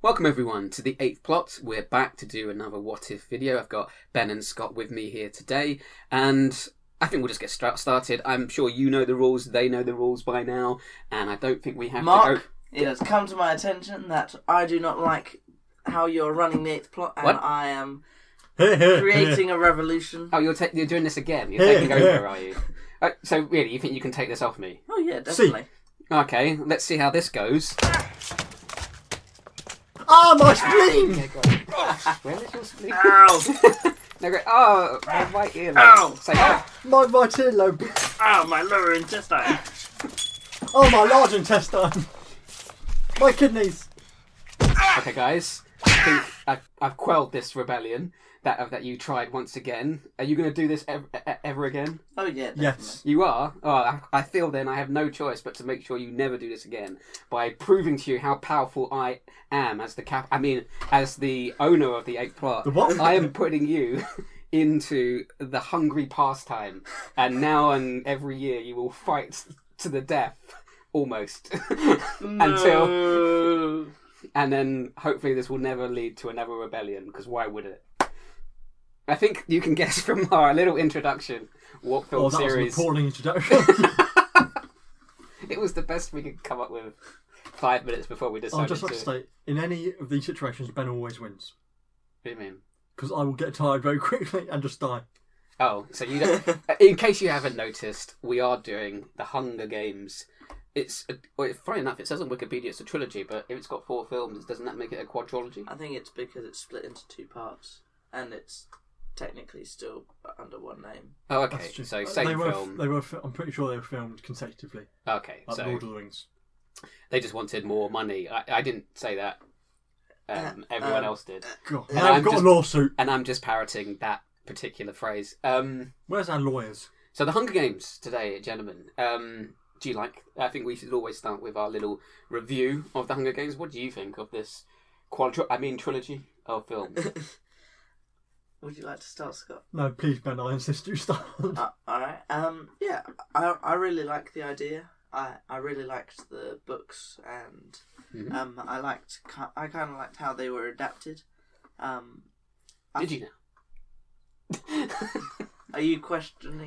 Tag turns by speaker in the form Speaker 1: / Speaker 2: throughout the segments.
Speaker 1: Welcome everyone to the eighth plot. We're back to do another what if video. I've got Ben and Scott with me here today, and I think we'll just get stra- started. I'm sure you know the rules, they know the rules by now, and I don't think we have to go.
Speaker 2: Mark, it has come to my attention that I do not like how you're running the eighth plot, and
Speaker 1: What?
Speaker 2: I am
Speaker 3: creating.
Speaker 2: creating a revolution.
Speaker 1: Oh, you're ta- you're doing this again. You're taking over, are you? Uh, so really, you think you can take this off me?
Speaker 2: Oh yeah, definitely.
Speaker 1: Okay, let's see how this goes.
Speaker 3: Ah, my spleen!
Speaker 1: Okay, go on. Where is your sleep?
Speaker 2: Ow!
Speaker 1: No, great. Oh, my right ear.
Speaker 2: Ow.
Speaker 1: Say, oh,
Speaker 3: My right earlobe.
Speaker 2: Ow! Ah, My lower intestine.
Speaker 3: Oh, my large intestine. My kidneys.
Speaker 1: Okay, guys. I think I've, I've quelled this rebellion that that you tried once again. Are you going to do this ever, ever again?
Speaker 2: Oh yeah. Definitely.
Speaker 3: Yes.
Speaker 1: You are. Oh, I, I feel then I have no choice but to make sure you never do this again by proving to you how powerful I am as the cap. I mean, as the owner of the eight plot.
Speaker 3: The what?
Speaker 1: I am putting you. Into the hungry pastime, and now and every year you will fight to the death, almost, until
Speaker 2: Until.
Speaker 1: and then hopefully this will never lead to another rebellion because why would it i think you can guess from our little introduction what film
Speaker 3: Oh, that was an
Speaker 1: series
Speaker 3: appalling introduction.
Speaker 1: it was the best we could come up with five minutes before we decided
Speaker 3: I'd Oh, just like
Speaker 1: to,
Speaker 3: to state, in any of these situations, Ben always wins.
Speaker 1: What do you mean?
Speaker 3: Because I will get tired very quickly and just die.
Speaker 1: oh so you don't in case you haven't noticed we are doing the hunger games it's well, funny enough it says on wikipedia it's a trilogy but if it's got four films doesn't that make it a quadrilogy
Speaker 2: I think it's because it's split into two parts, and it's technically still under one name.
Speaker 1: oh okay
Speaker 3: That's true.
Speaker 1: so
Speaker 3: Uh,
Speaker 1: same
Speaker 3: they were,
Speaker 1: film
Speaker 3: They were. fi- I'm pretty sure they were filmed consecutively,
Speaker 1: okay
Speaker 3: like
Speaker 1: so
Speaker 3: Lord of the Rings.
Speaker 1: They just wanted more money. I, I didn't say that. Um, everyone
Speaker 2: um,
Speaker 1: else did.
Speaker 3: God,
Speaker 1: And
Speaker 3: now
Speaker 1: I'm
Speaker 3: we've got
Speaker 1: just-
Speaker 3: a lawsuit.
Speaker 1: And I'm just parroting that particular phrase. Um,
Speaker 3: Where's our lawyers?
Speaker 1: so the Hunger Games today, gentlemen. Um, do you like? I think we should always start with our little review of the Hunger Games. What do you think of this quadri- I mean trilogy of films?
Speaker 2: Would you like to start, Scott?
Speaker 3: No, please, Ben. I insist you start.
Speaker 2: Uh, all right. Um. Yeah. I I really like the idea. I I really liked the books and
Speaker 1: Mhm.
Speaker 2: um I liked ki- I kind of liked how they were adapted. Um.
Speaker 1: Did you now?
Speaker 2: Are you questioning?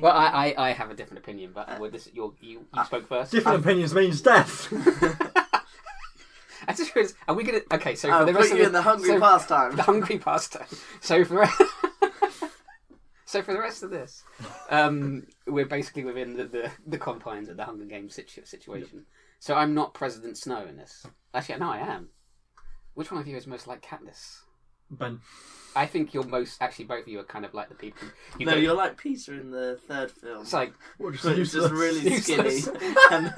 Speaker 1: well, I, I, I have a different opinion, but
Speaker 2: Uh,
Speaker 1: well, this your you, you spoke first.
Speaker 3: Different opinions means death.
Speaker 1: I just realized, are we gonna okay? So
Speaker 2: I'll
Speaker 1: for the
Speaker 2: put
Speaker 1: rest
Speaker 2: you
Speaker 1: of
Speaker 2: in the hungry
Speaker 1: so-
Speaker 2: pastime.
Speaker 1: the hungry pasta. So for so for the rest of this, um, we're basically within the, the, the confines of the Hunger Games situ- situation. So I'm not President Snow in this. Actually, no, I am. Which one of you is most like Katniss?
Speaker 3: ben,
Speaker 1: I think you're most. Actually, both of you are kind of like the people. You
Speaker 2: No,
Speaker 1: go-
Speaker 2: you're like Peter in the third film.
Speaker 1: It's like,
Speaker 3: what just
Speaker 2: He's just really skinny.
Speaker 1: Useless.
Speaker 2: and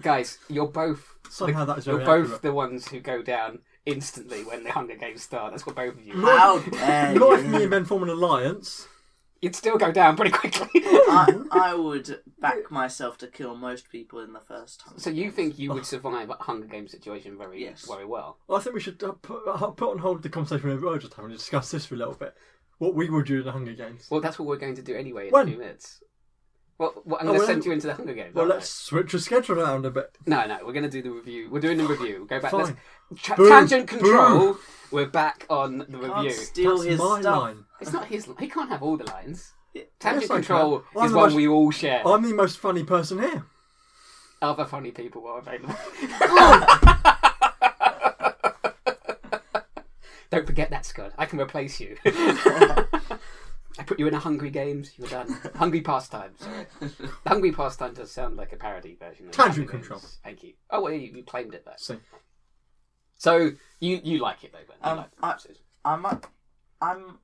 Speaker 1: guys, you're both.
Speaker 3: Somehow that is
Speaker 1: You're
Speaker 3: very
Speaker 1: both
Speaker 3: accurate.
Speaker 1: the ones who go down instantly when the Hunger Games start. That's what both of you.
Speaker 3: Lord-
Speaker 2: how dare
Speaker 3: Not if me
Speaker 2: you?
Speaker 3: and Ben form an alliance.
Speaker 1: You'd still go down pretty quickly.
Speaker 2: I, I would back myself to kill most people in the first time.
Speaker 1: So you think you would survive a Hunger Games situation very
Speaker 2: Yes.
Speaker 1: very well?
Speaker 3: I think we should uh, put, uh, put on hold the conversation we were just having and discuss this for a little bit. What we would do in the Hunger Games.
Speaker 1: Well, that's what we're going to do anyway in
Speaker 3: When?
Speaker 1: a few minutes. Well, well I'm
Speaker 3: Oh,
Speaker 1: going to
Speaker 3: well,
Speaker 1: send you into the Hunger Games.
Speaker 3: Well,
Speaker 1: aren't I?
Speaker 3: let's switch the schedule around a bit.
Speaker 1: No, no, we're going to do the review. We're doing the review. We'll Go back. Let's...
Speaker 3: Fine.
Speaker 1: Tra-
Speaker 3: Boo,
Speaker 1: tangent
Speaker 3: boo.
Speaker 1: control. We're back on the
Speaker 2: Can't
Speaker 1: review.
Speaker 2: steal
Speaker 3: That's
Speaker 2: his
Speaker 3: my
Speaker 2: stuff.
Speaker 3: line.
Speaker 1: It's not his. He can't have all the lines.
Speaker 2: Yeah.
Speaker 1: Tangent
Speaker 3: Yes, I can.
Speaker 1: control
Speaker 3: I'm
Speaker 1: is
Speaker 3: the
Speaker 1: one
Speaker 3: most-
Speaker 1: we all share.
Speaker 3: I'm the most funny person here.
Speaker 1: Other funny people are available. Don't forget that, Scott. I can replace you. I put you in a Hungry Games. You're done. Hungry Pastimes. Sorry. The Hungry Pastime does sound like a parody version. of
Speaker 3: Tangent
Speaker 1: Hungry
Speaker 3: Control.
Speaker 1: Games. Thank you. Oh, well, you, you claimed it though.
Speaker 3: So,
Speaker 1: So you you like it though, Ben? You
Speaker 2: Um,
Speaker 1: like
Speaker 2: I-
Speaker 1: it.
Speaker 2: I might. I'm.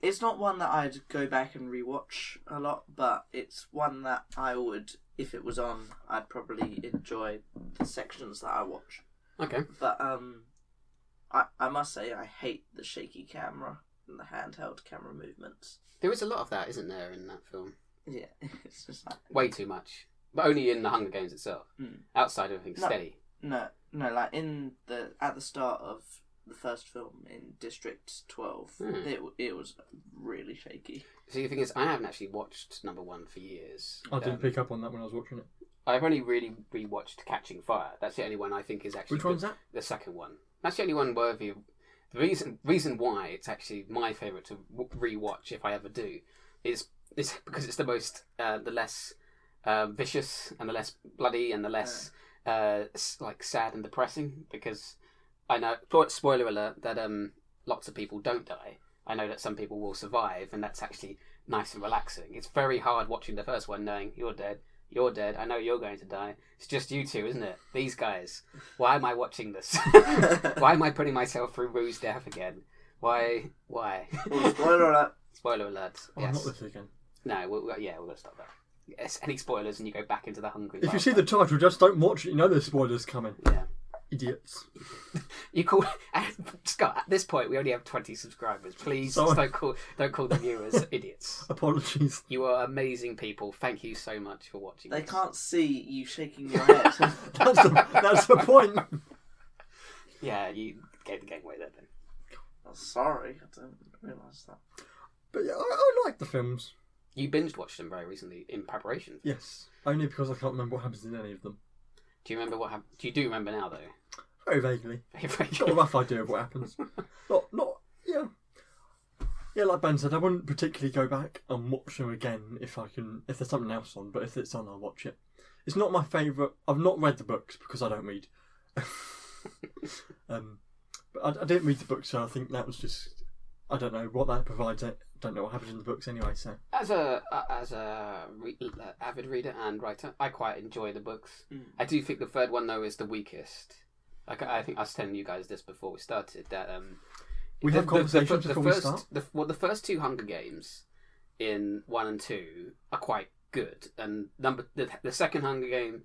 Speaker 2: It's not one that I'd go back and rewatch a lot, but it's one that I would, if it was on, I'd probably enjoy the sections that I watch.
Speaker 1: Okay.
Speaker 2: But um, I I must say I hate the shaky camera and the handheld camera movements.
Speaker 1: There is a lot of that, isn't there, in that film?
Speaker 2: Yeah, it's just like
Speaker 1: Way too much. But only in the Hunger Games itself.
Speaker 2: Mm.
Speaker 1: Outside of everything
Speaker 2: No.
Speaker 1: steady.
Speaker 2: no, no, like in the at the start of the first film in District Twelve,
Speaker 1: Hmm.
Speaker 2: it it was really shaky.
Speaker 1: See, the thing is, I haven't actually watched number one for years.
Speaker 3: I didn't
Speaker 1: Um,
Speaker 3: pick up on that when I was watching it.
Speaker 1: I've only really rewatched Catching Fire. That's the only one I think is actually
Speaker 3: Which one's
Speaker 1: good.
Speaker 3: that?
Speaker 1: the second one. That's the only one worthy. Of, the reason reason why it's actually my favorite to w- rewatch if I ever do is is because it's the most uh, the less uh, vicious and the less bloody and the less uh, s- like sad and depressing because I know po- spoiler alert that um lots of people don't die. I know that some people will survive and that's actually nice and relaxing. It's very hard watching the first one knowing you're dead. You're dead. I know you're going to die. It's just you two, isn't it? These guys. Why am I watching this? why am I putting myself through Rue's death again? Why? Why?
Speaker 2: Well, spoiler alert.
Speaker 1: Spoiler alert.
Speaker 3: Oh,
Speaker 1: yes.
Speaker 3: not this again.
Speaker 1: No, we'll, we'll- yeah, we're going to stop that. Yes, any spoilers and you go back into the hungry.
Speaker 3: If you
Speaker 1: part.
Speaker 3: see the title, just don't watch it. You know there's spoilers coming.
Speaker 1: Yeah.
Speaker 3: Idiots.
Speaker 1: You call Scott. At this point, we only have twenty subscribers. Please
Speaker 3: Sorry.
Speaker 1: don't call don't call the viewers idiots.
Speaker 3: Apologies.
Speaker 1: You are amazing people. Thank you so much for watching.
Speaker 2: They
Speaker 1: this.
Speaker 2: can't see you shaking your head.
Speaker 3: That's the, that's the point.
Speaker 1: Yeah, you gave the game away there. Then
Speaker 2: Oh, sorry, I didn't realise that.
Speaker 3: But yeah, I, I like the films.
Speaker 1: you binge watched them very recently in preparation.
Speaker 3: Yes. Only because I can't remember what happens in any of them.
Speaker 1: Do you remember what happened? Do you do remember now though?
Speaker 3: Very vaguely.
Speaker 1: Very
Speaker 3: Got a
Speaker 1: good.
Speaker 3: rough idea of what happens. Not, not, yeah. Yeah, like Ben said, I wouldn't particularly go back and watch them again if I can, if there's something else on. But if it's on, I'll watch it. It's not my favourite. I've not read the books because I don't read. um, but I, I didn't read the books, so I think that was just, I don't know what that provides. I don't know what happens in the books anyway. So
Speaker 1: As a uh, as a re- uh, avid reader and writer, I quite enjoy the books.
Speaker 2: Mm.
Speaker 1: I do think the third one though is the weakest. Like I think I was telling you guys this before we started that um,
Speaker 3: we
Speaker 1: the-
Speaker 3: have
Speaker 1: the-
Speaker 3: conversations
Speaker 1: the, fir- the
Speaker 3: before
Speaker 1: first,
Speaker 3: we start.
Speaker 1: The, well, the first two Hunger Games in one and two are quite good, and number the, the second Hunger Game,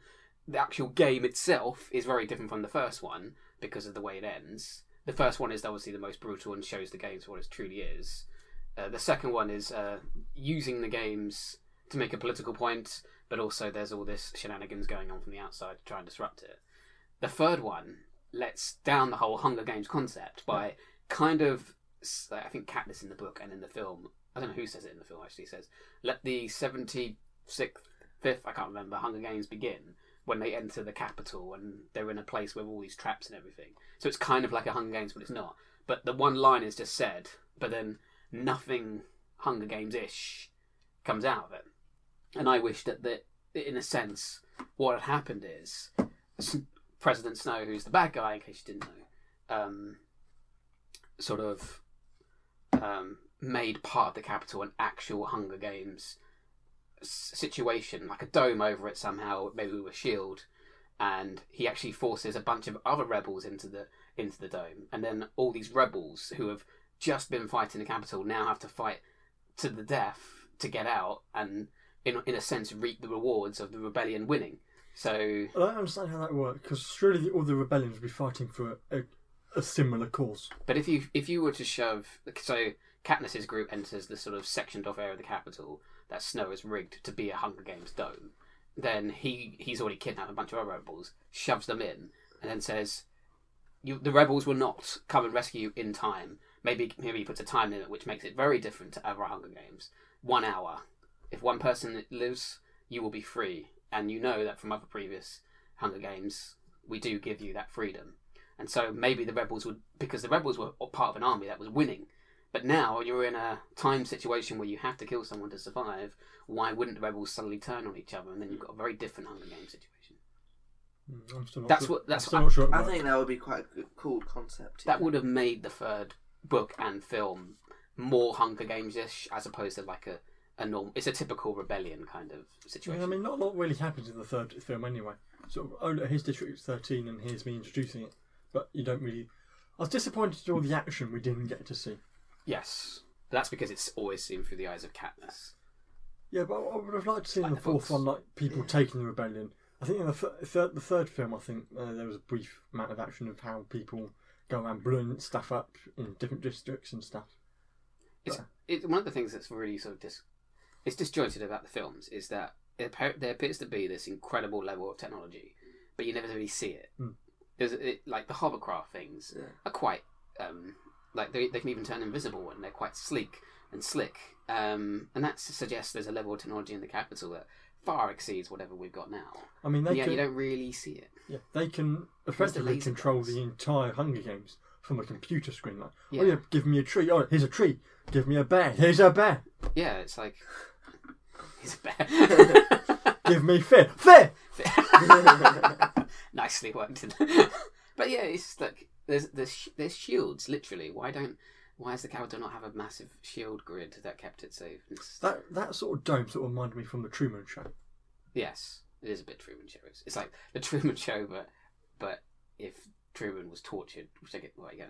Speaker 1: the actual game itself is very different from the first one because of the way it ends. The first one is obviously the most brutal and shows the games what it truly is. Uh, the second one is uh, using the games to make a political point, but also there's all this shenanigans going on from the outside to try and disrupt it. The third one lets down the whole Hunger Games concept by kind of, s- I think Katniss in the book and in the film, I don't know who says it in the film actually, says, let the 76th, 5th, I can't remember, Hunger Games begin when they enter the capital and they're in a place with all these traps and everything. So it's kind of like a Hunger Games, but it's not. But the one line is just said, but then nothing Hunger Games ish comes out of it. And I wish that, that, in a sense, what had happened is S- President Snow, who's the bad guy, in case you didn't know, um, sort of um, made part of the capital an actual Hunger Games s- situation, like a dome over it somehow, maybe with a shield, and he actually forces a bunch of other rebels into the into the dome, and then all these rebels who have just been fighting the capital now have to fight to the death to get out, and in in a sense reap the rewards of the rebellion winning. So
Speaker 3: I don't understand how that works because surely all the rebellions would be fighting for a, a similar cause.
Speaker 1: But if you if you were to shove so Katniss's group enters the sort of sectioned off area of the capital that Snow has rigged to be a Hunger Games dome, then he he's already kidnapped a bunch of other rebels, shoves them in, and then says, you, "The rebels will not come and rescue you in time." Maybe maybe he puts a time limit, which makes it very different to other Hunger Games. One hour. If one person lives, you will be free, and you know that from other previous Hunger Games, we do give you that freedom. And so maybe the rebels would, because the rebels were part of an army that was winning. But now you're in a time situation where you have to kill someone to survive. Why wouldn't the rebels suddenly turn on each other? And then you've got a very different Hunger Games situation.
Speaker 3: Mm, I'm still not
Speaker 1: That's
Speaker 3: sure.
Speaker 1: what- that's
Speaker 3: I'm still
Speaker 1: what-
Speaker 3: not sure. it
Speaker 2: I
Speaker 3: works.
Speaker 2: think that would be quite a good, cool concept.
Speaker 1: That would have made the third book and film more Hunger Games ish, as opposed to like a, a normal. It's a typical rebellion kind of
Speaker 3: Yeah,
Speaker 1: situation.
Speaker 3: I mean, not a lot really happens in the third film anyway. Sort of, oh, look, here's District 13 and here's me introducing it. But you don't really. I was disappointed at all the action we didn't get to see.
Speaker 1: yes. But that's because it's always seen through the eyes of Katniss.
Speaker 3: Yeah, but I would have liked to see in
Speaker 1: Like
Speaker 3: the
Speaker 1: the
Speaker 3: fourth
Speaker 1: books.
Speaker 3: one, like, people taking the rebellion. I think in the, th- third, the third film, I think uh, there was a brief amount of action of how people go around blowing stuff up in different districts and stuff.
Speaker 1: it's it, one of the things that's really sort of dis, it's disjointed about the films is that it, appa- there appears to be this incredible level of technology, but you never really see it.
Speaker 3: Mm.
Speaker 1: There's it, like the hovercraft things
Speaker 2: Yeah.
Speaker 1: are quite um, like they, they can even turn invisible and they're quite sleek and slick, um, and that s- suggests there's a level of technology in the capital that far exceeds whatever we've got now.
Speaker 3: I mean, they
Speaker 1: yeah,
Speaker 3: can
Speaker 1: you don't really see it.
Speaker 3: yeah, they can effectively
Speaker 1: laser
Speaker 3: control
Speaker 1: guns?
Speaker 3: the entire Hunger Games from a computer screen. Like,
Speaker 1: Yeah.
Speaker 3: oh yeah, give me a tree. Oh, here's a tree. Give me a bear. Here's a bear.
Speaker 1: Yeah, it's like it's bad.
Speaker 3: Give me fear. Fear.
Speaker 1: Nicely worked. but yeah, it's just like there's there's sh- there's shields literally. Why don't why does the Cowardor not have a massive shield grid that kept it safe? It's-
Speaker 3: That that sort of dome sort of reminded me from the Truman Show.
Speaker 1: yes, it is a bit Truman Show. It's, it's like the Truman Show, but but if Truman was tortured, which I get, well, again,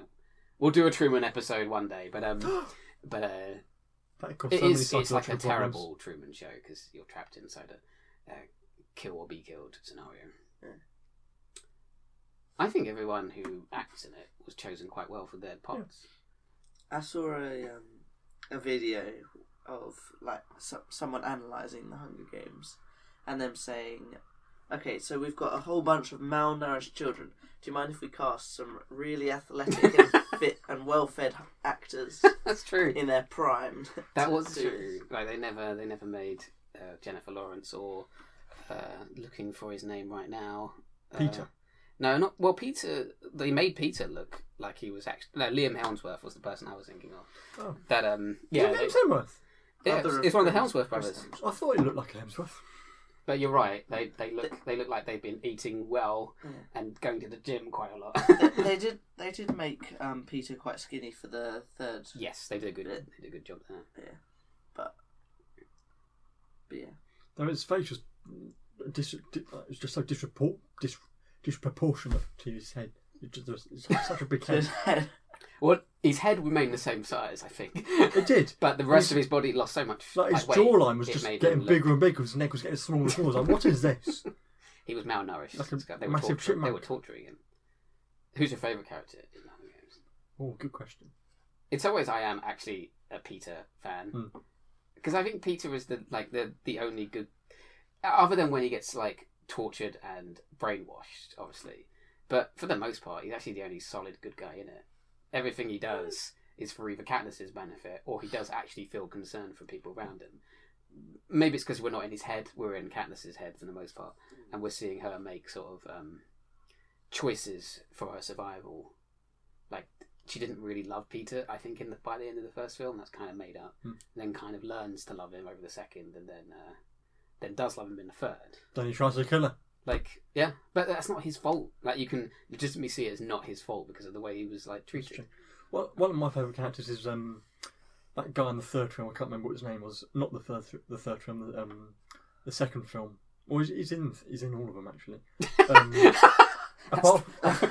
Speaker 1: we'll do a Truman episode one day. But um, but uh,
Speaker 3: That caused
Speaker 1: It
Speaker 3: so
Speaker 1: is.
Speaker 3: many
Speaker 1: It's like a
Speaker 3: psychological problems.
Speaker 1: terrible Truman Show because you're trapped inside a, a kill or be killed scenario.
Speaker 2: Yeah.
Speaker 1: I think everyone who acts in it was chosen quite well for their parts.
Speaker 2: I saw a um, a video of like so- someone analyzing the Hunger Games, and them saying, "Okay, so we've got a whole bunch of malnourished children. Do you mind if we cast some really athletic and fit and well-fed actors
Speaker 1: That's true.
Speaker 2: in their prime?"
Speaker 1: That was
Speaker 2: to-
Speaker 1: true. Like they never, they never made uh, Jennifer Lawrence or uh, looking for his name right now. uh,
Speaker 3: Peter.
Speaker 1: No, not well. Peter. They made Peter look like he was actually. No, Liam Helmsworth was the person I was thinking of.
Speaker 3: Oh.
Speaker 1: That um.
Speaker 3: Yeah,
Speaker 1: Yeah. they-
Speaker 3: James Hemsworth.
Speaker 1: yeah,
Speaker 2: Other
Speaker 1: it's,
Speaker 2: of
Speaker 1: it's one of the
Speaker 2: Chris-
Speaker 1: Helmsworth
Speaker 2: Chris
Speaker 1: brothers.
Speaker 2: Hemsworth.
Speaker 3: I thought he looked like Hemsworth.
Speaker 1: But you're right. They
Speaker 3: Mm.
Speaker 1: they look they look like they've been eating well
Speaker 2: Yeah.
Speaker 1: and going to the gym quite a lot.
Speaker 2: They- they did. They did make um, Peter quite skinny for the third.
Speaker 1: yes, they did a good they did a good job there.
Speaker 2: But yeah,
Speaker 3: Though his face was dis- di- like, it was just so disrepor- dis- disproportionate to his head. It just, it's such a big
Speaker 2: so his
Speaker 3: head.
Speaker 2: head
Speaker 1: Well, his head remained the same size, I think,
Speaker 3: It did.
Speaker 1: but the rest of his body lost so much.
Speaker 3: Like his
Speaker 1: like, weight,
Speaker 3: jawline was
Speaker 1: it
Speaker 3: just
Speaker 1: made him
Speaker 3: getting
Speaker 1: look-
Speaker 3: bigger and bigger. His neck was getting smaller and smaller. I was like, what is this?
Speaker 1: He was malnourished.
Speaker 3: Like a
Speaker 1: It's got- they, were
Speaker 3: massive
Speaker 1: torturing, they
Speaker 3: chipmunk.
Speaker 1: were torturing him. Who's your favourite character in the Hunger Games?
Speaker 3: Oh, good question.
Speaker 1: In some ways, I am actually a Peter fan
Speaker 3: Hmm.
Speaker 1: because I think Peter is the like the the only good, other than when he gets like tortured and brainwashed, obviously. But for the most part, he's actually the only solid good guy in it. Everything he does is for either Katniss's benefit, or he does actually feel concern for people around him. Maybe it's because we're not in his head; we're in Katniss's head for the most part, and we're seeing her make sort of um, choices for her survival. Like she didn't really love Peter. I think in the, by the end of the first film, that's kind of made up.
Speaker 3: Hmm.
Speaker 1: Then kind of learns to love him over the second, and then uh, then does love him in the third.
Speaker 3: Then he tries to kill her.
Speaker 1: Like, yeah, but that's not his fault. Like, you can legitimately see it as not his fault because of the way he was like
Speaker 3: It's
Speaker 1: treated.
Speaker 3: true. Well, one of my favourite characters is um, that guy in the third film. I can't remember what his name was. Not the third, the third film. The, um, the second film. Or he's, he's in, he's in all of them actually. Um, apart,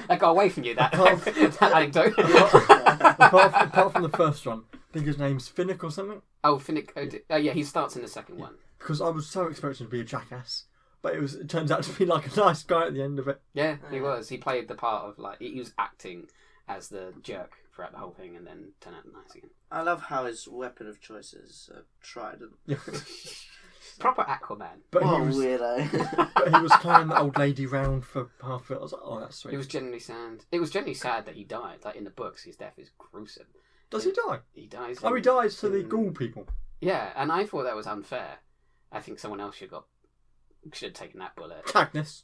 Speaker 1: I got away from you that,
Speaker 3: Apart-
Speaker 1: that anecdote.
Speaker 3: apart, from, apart from the first one, I think his name's Finnick or something.
Speaker 1: oh, Finnick. Oh, di- oh, yeah, he starts in the second one.
Speaker 3: Because I was so expecting to be a jackass, but it was it turns out to be like a nice guy at the end of it.
Speaker 1: Yeah, he
Speaker 2: Yeah.
Speaker 1: was. He played the part of like he he was acting as the jerk throughout the whole thing, and then turn out nice again.
Speaker 2: I love how his weapon of choice is a trident.
Speaker 3: Yeah.
Speaker 1: Proper Aquaman.
Speaker 3: But
Speaker 2: what
Speaker 3: he was
Speaker 2: a weirdo.
Speaker 3: but he was carrying the old lady round for half of it. I was like, oh, that's sweet.
Speaker 1: It was genuinely sad. It was genuinely sad that he died. Like in the books, his death is gruesome.
Speaker 3: Does he die?
Speaker 1: He dies.
Speaker 3: Oh, he
Speaker 1: in-
Speaker 3: dies to the
Speaker 1: in-
Speaker 3: ghoul people.
Speaker 1: Yeah, and I thought that was unfair. I think someone else should got should have taken that bullet.
Speaker 3: Cagnus.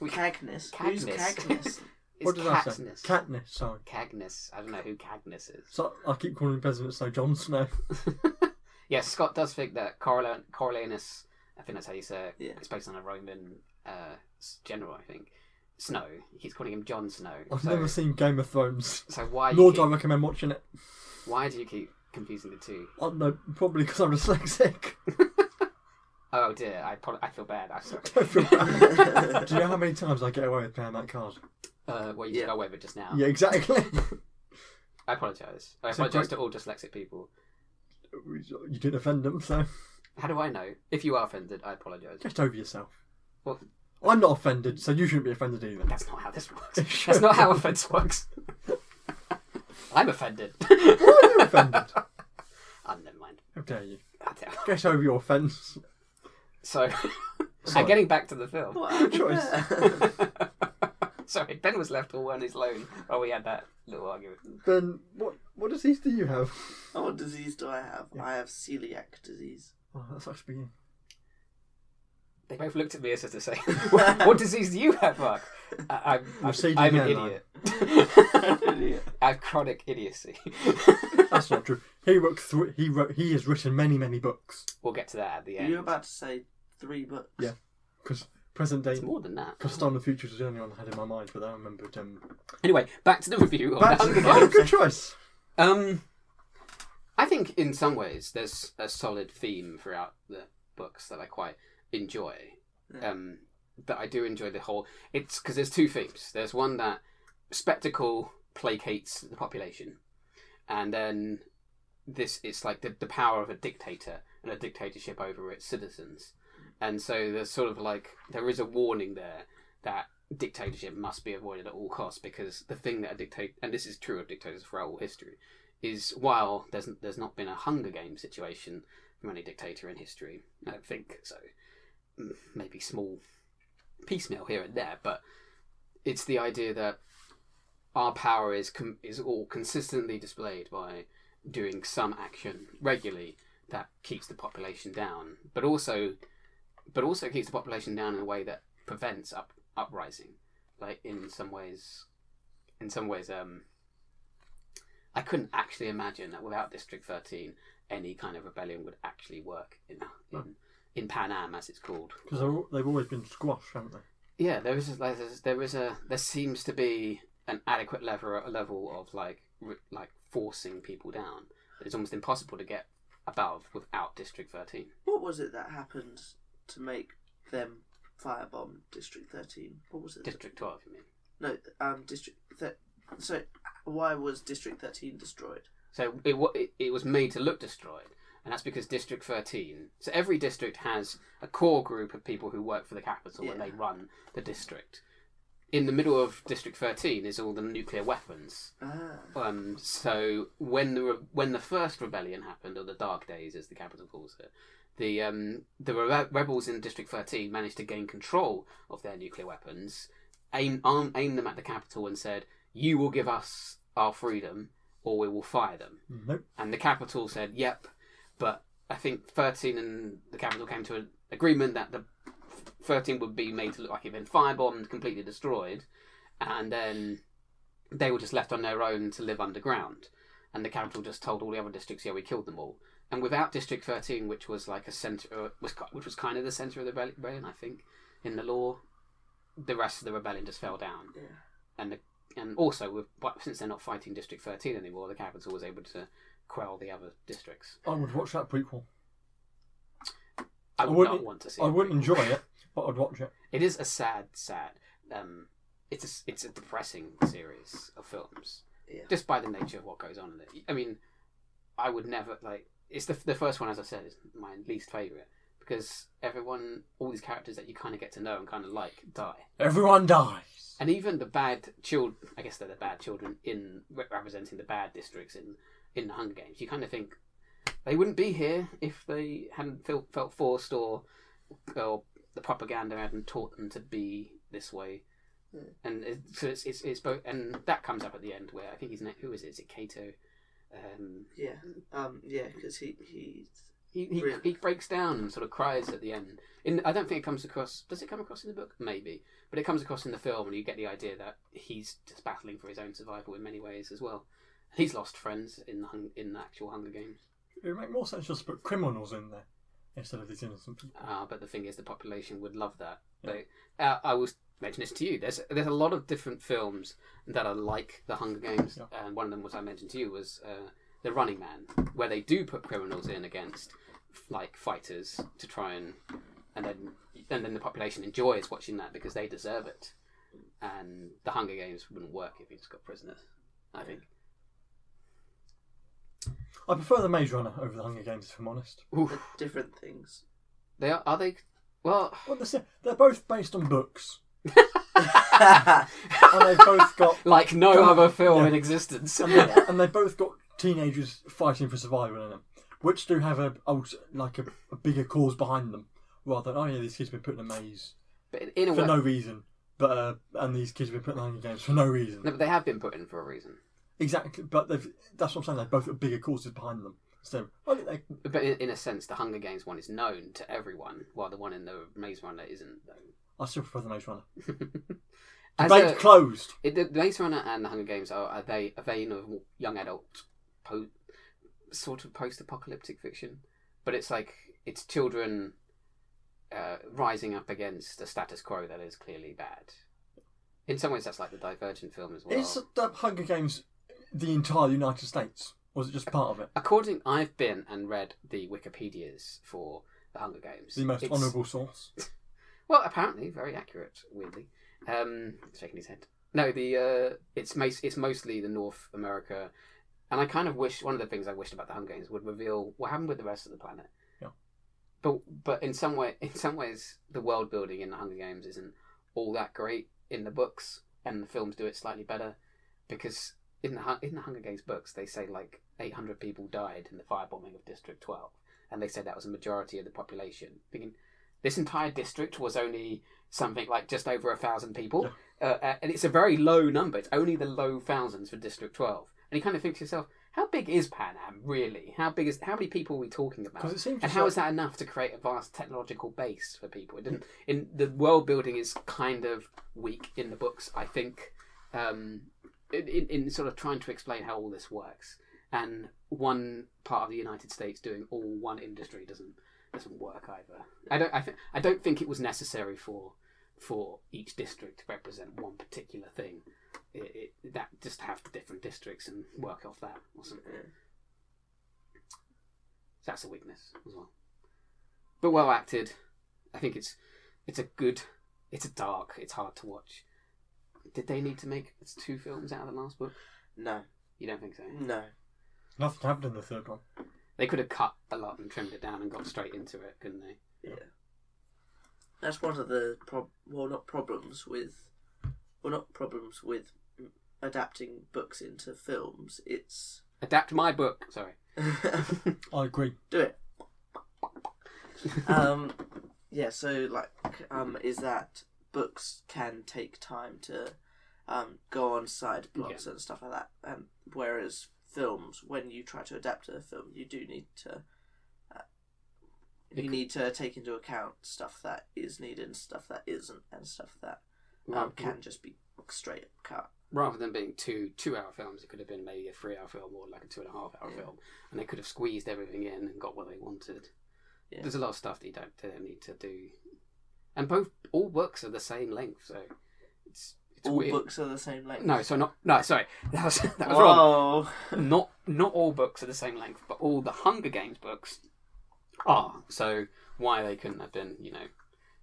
Speaker 1: we can't.
Speaker 2: Cagnus. Who's
Speaker 1: Cagnus.
Speaker 2: Cagnus?
Speaker 1: It's
Speaker 3: what did I
Speaker 1: Katniss.
Speaker 3: say? Katniss, sorry.
Speaker 1: Cagnus. I don't know who Cagnus is.
Speaker 3: So I keep calling him President Snow Jon Snow.
Speaker 1: yes, Scott does think that Coriolan- Coriolanus, I think that's how you say it,
Speaker 2: Yeah.
Speaker 1: it's based on a Roman uh, s- general, I think. Snow. He keeps calling him John Snow.
Speaker 3: I've
Speaker 1: so,
Speaker 3: never seen Game of Thrones.
Speaker 1: so why, do you
Speaker 3: Nor do I
Speaker 1: keep,
Speaker 3: recommend watching it.
Speaker 1: why do you keep confusing the two?
Speaker 3: I don't know, probably because I'm dyslexic.
Speaker 1: Oh dear, I, pro- I feel bad. I'm sorry.
Speaker 3: Don't feel bad. do you know how many times I get away with playing that card?
Speaker 1: Uh, well, you just
Speaker 2: Yeah.
Speaker 1: got away with it just now.
Speaker 3: Yeah, exactly.
Speaker 1: I apologise. I
Speaker 3: So
Speaker 1: apologise to
Speaker 3: great-
Speaker 1: all dyslexic people.
Speaker 3: you didn't offend them, so
Speaker 1: How do I know? If you are offended, I apologise.
Speaker 3: get over yourself.
Speaker 1: Well-
Speaker 3: I'm not offended, so you shouldn't be offended either.
Speaker 1: That's not how this works. That's not how offence works. I'm offended.
Speaker 3: Why are you offended?
Speaker 1: Oh, never mind.
Speaker 3: How dare you?
Speaker 1: Oh, dear.
Speaker 3: Get over your offence.
Speaker 1: So, and
Speaker 3: Sorry.
Speaker 1: getting back to the film.
Speaker 2: What a
Speaker 3: choice.
Speaker 2: choice.
Speaker 1: Sorry, Ben was left all on his loan while we had that little argument.
Speaker 3: Then what? What disease do you have?
Speaker 2: what disease do I have? I have celiac disease.
Speaker 3: Oh, that sucks for you.
Speaker 1: They both looked at me as if to say, "What, what disease do you have, Mark?" I, I'm, I'm,
Speaker 3: Receding
Speaker 1: I'm an
Speaker 3: hairline.
Speaker 1: idiot.
Speaker 2: Idiot.
Speaker 1: I have chronic idiocy.
Speaker 3: That's not true. He wrote thr he wrote he has written many many books
Speaker 1: we'll get to that at the
Speaker 2: Were
Speaker 1: end.
Speaker 2: you about to say three books?
Speaker 3: Yeah. because present day
Speaker 1: It's more than that.
Speaker 3: because Star the Future was the only one I had in my mind, but then I remembered. Um,
Speaker 1: Anyway, back to the review of
Speaker 2: Back
Speaker 1: the
Speaker 2: to
Speaker 1: Hunger
Speaker 2: the-
Speaker 1: Games.
Speaker 3: oh, good choice.
Speaker 1: Um, I think in some ways there's a solid theme throughout the books that I quite enjoy.
Speaker 2: Yeah.
Speaker 1: Um, but I do enjoy the whole. It's because there's two themes. There's one that spectacle placates the population, and then this it's like the, the power of a dictator and a dictatorship over its citizens. And so there's sort of like there is a warning there that dictatorship must be avoided at all costs because the thing that a dictator and this is true of dictators throughout all history is while there's there's not been a Hunger Game situation from any dictator in history, I don't think so. M- Maybe small piecemeal here and there, but it's the idea that our power is com- is all consistently displayed by doing some action regularly that keeps the population down, but also but also keeps the population down in a way that prevents up uprising. Like in some ways, in some ways, um, I couldn't actually imagine that without District Thirteen, any kind of rebellion would actually work in in, in Pan Am as it's called.
Speaker 3: Because they've always been squash, haven't they?
Speaker 1: Yeah, there is like there's, there is a there seems to be an adequate level level of like re, like forcing people down. It's almost impossible to get above without District Thirteen.
Speaker 2: What was it that happened to make them firebomb District 13? What was it? that-
Speaker 1: District Twelve, you mean?
Speaker 2: No, um, District. Thir- so, why was District 13 destroyed?
Speaker 1: So it, wa- it it was made to look destroyed, and that's because District Thirteen. So every district has a core group of people who work for the capital and
Speaker 2: Yeah.
Speaker 1: they run the district. In the middle of District Thirteen is all the nuclear weapons.
Speaker 2: Ah.
Speaker 1: Um, so when the re- when the first rebellion happened, or the Dark Days, as the capital calls it, the um, the re- rebels in District Thirteen managed to gain control of their nuclear weapons, aim arm, aim them at the capital, and said, "You will give us our freedom, or we will fire them."
Speaker 3: Nope.
Speaker 1: and the capital said yep but i think 13 and the capital came to an agreement that the 13 would be made to look like it had been firebombed completely destroyed and then they were just left on their own to live underground and the capital just told all the other districts yeah we killed them all and without district 13 which was like a center uh, was ki- which was kind of the center of the rebell- rebellion i think in the law the rest of the rebellion just fell down
Speaker 2: Yeah.
Speaker 1: and the, and also with, but since they're not fighting District 13 anymore, the capital was able to quell the other districts.
Speaker 3: I would watch that prequel.
Speaker 1: I
Speaker 3: I
Speaker 1: would
Speaker 3: wouldn't-
Speaker 1: not want to see.
Speaker 3: I
Speaker 1: it.
Speaker 3: wouldn't enjoy it, but I'd watch it.
Speaker 1: It is a sad, sad. Um, it's a, s- it's a depressing series of films,
Speaker 2: Yeah.
Speaker 1: just by the nature of what goes on in it. I mean, I would never like. It's the the first one, as I said, is my least favorite because everyone, all these characters that you kind of get to know and kind of like, die.
Speaker 3: Everyone dies.
Speaker 1: and even the bad children i guess they're the bad children in re- representing the bad districts in in the hunger games you kind of think they wouldn't be here if they hadn't felt, felt forced or or the propaganda hadn't taught them to be this way
Speaker 2: Yeah.
Speaker 1: and it, so it's, it's it's both and that comes up at the end where i think he's ne- who is it is it cato um
Speaker 2: Yeah. Um, yeah, because he, he's.
Speaker 1: he, he,
Speaker 2: Really?
Speaker 1: he breaks down and sort of cries at the end. In I don't think it comes across. Does it come across in the book? Maybe, but it comes across in the film, and you get the idea that he's just battling for his own survival in many ways as well. He's lost friends in the hun- in the actual Hunger Games,
Speaker 3: It would make more sense just to put criminals in there instead of these innocent people.
Speaker 1: uh, but the thing is, the population would love that. But uh, I was mention this to you. There's there's a lot of different films that are like the Hunger Games,
Speaker 3: Yeah.
Speaker 1: and one of them was I mentioned to you was uh, the Running Man, where they do put criminals in against like fighters to try and and then and then the population enjoys watching that because they deserve it. And the Hunger Games wouldn't work if you just got prisoners. I think.
Speaker 3: I prefer the Maze Runner over the Hunger Games, if I'm honest.
Speaker 2: they're
Speaker 1: Oof.
Speaker 2: different things.
Speaker 1: They are, are they? Well,
Speaker 3: Well, they're, se- they're both based on books,
Speaker 2: yeah.
Speaker 3: and they've Oh, both got
Speaker 1: like no other film
Speaker 3: Yeah.
Speaker 1: in existence.
Speaker 3: and they, and they both got teenagers fighting for survival in them, which do have a alt- like a, a bigger cause behind them, rather than oh yeah, these kids have been put in a maze
Speaker 1: But in a
Speaker 3: for
Speaker 1: way,
Speaker 3: no
Speaker 1: no,
Speaker 3: reason, but uh, and these kids have been put in Hunger Games for no reason.
Speaker 1: but they have been put in for a reason.
Speaker 3: Exactly, but they've, that's what I'm saying. They've both got bigger causes behind them, So I think they
Speaker 1: But in, in a sense, the Hunger Games one is known to everyone, while the one in the Maze Runner isn't. Though.
Speaker 3: I still prefer the Maze Runner.
Speaker 1: As
Speaker 3: Debate
Speaker 1: a-
Speaker 3: closed.
Speaker 1: it- the Maze Runner and the Hunger Games are, are they a vein of young adult, po- sort of post-apocalyptic fiction, but it's like it's children uh, rising up against a status quo that is clearly bad. In some ways, that's like the Divergent film as well.
Speaker 3: Is the Hunger Games the entire United States, or is it just part of it?
Speaker 1: According, I've been and read the Wikipedias for the Hunger Games.
Speaker 3: The most
Speaker 1: It's-
Speaker 3: honourable source.
Speaker 1: Well, apparently, very accurate. Weirdly, um, shaking his head. No, the uh, it's mas- it's mostly the North America, and I kind of wish one of the things I wished about the Hunger Games would reveal what happened with the rest of the planet.
Speaker 3: Yeah.
Speaker 1: But but in some way, in some ways, the world building in the Hunger Games isn't all that great in the books, and the films do it slightly better because in the Hu- in the Hunger Games books they say like 800 people died in the firebombing of District 12, and they said that was a majority of the population. Thinking this entire district was only something like just over a thousand people, uh, and it's a very low number. It's only the low thousands for District 12, and you kind of think to yourself, how big is Pan Am really? How big is how many people are we talking about?
Speaker 3: Because it seems
Speaker 1: And
Speaker 3: just
Speaker 1: how
Speaker 3: like-
Speaker 1: is that enough to create a vast technological base for people? It didn't. In the world building is kind of weak in the books, I think, um, in, in, in sort of trying to explain how all this works. And one part of the United States doing all one industry doesn't doesn't work either. I don't. I, th- I don't think it was necessary for for each district to represent one particular thing. It, it, that just have the different districts and work off that or something. That's a weakness as well. But well acted. I think it's it's a good. It's a dark. It's hard to watch. Did they need to make two films out of the last book?
Speaker 2: No,
Speaker 1: You don't think so?
Speaker 2: no.
Speaker 3: Nothing happened in the third one.
Speaker 1: They could have cut a lot and trimmed it down and got straight into it, couldn't they?
Speaker 2: That's one of the prob well, not problems with, well, not problems with mm, adapting books into films. It's
Speaker 1: Adapt my book. Sorry.
Speaker 3: I agree.
Speaker 2: do it. um, yeah. So like, um, is that books can take time to, um, go on side plots and stuff like that, and whereas films, when you try to adapt a film, you do need to. uh,
Speaker 1: It
Speaker 2: You
Speaker 1: could-
Speaker 2: need to take into account stuff that is needed and stuff that isn't, and stuff that um,
Speaker 1: Rather-
Speaker 2: can just be straight cut.
Speaker 1: Rather than being two two-hour films, it could have been maybe a three-hour film or like a two-and-a-half-hour
Speaker 2: Yeah.
Speaker 1: film, and they could have squeezed everything in and got what they wanted.
Speaker 2: Yeah.
Speaker 1: There's a lot of stuff that you don't, they don't need to do, and both all books are the same length, so it's it's
Speaker 2: All
Speaker 1: weird.
Speaker 2: books are the same length.
Speaker 1: No, so not no. Sorry, that was that was wrong.
Speaker 2: Whoa.
Speaker 1: Not not all books are the same length, but all the Hunger Games books are. So why they couldn't have been, you know,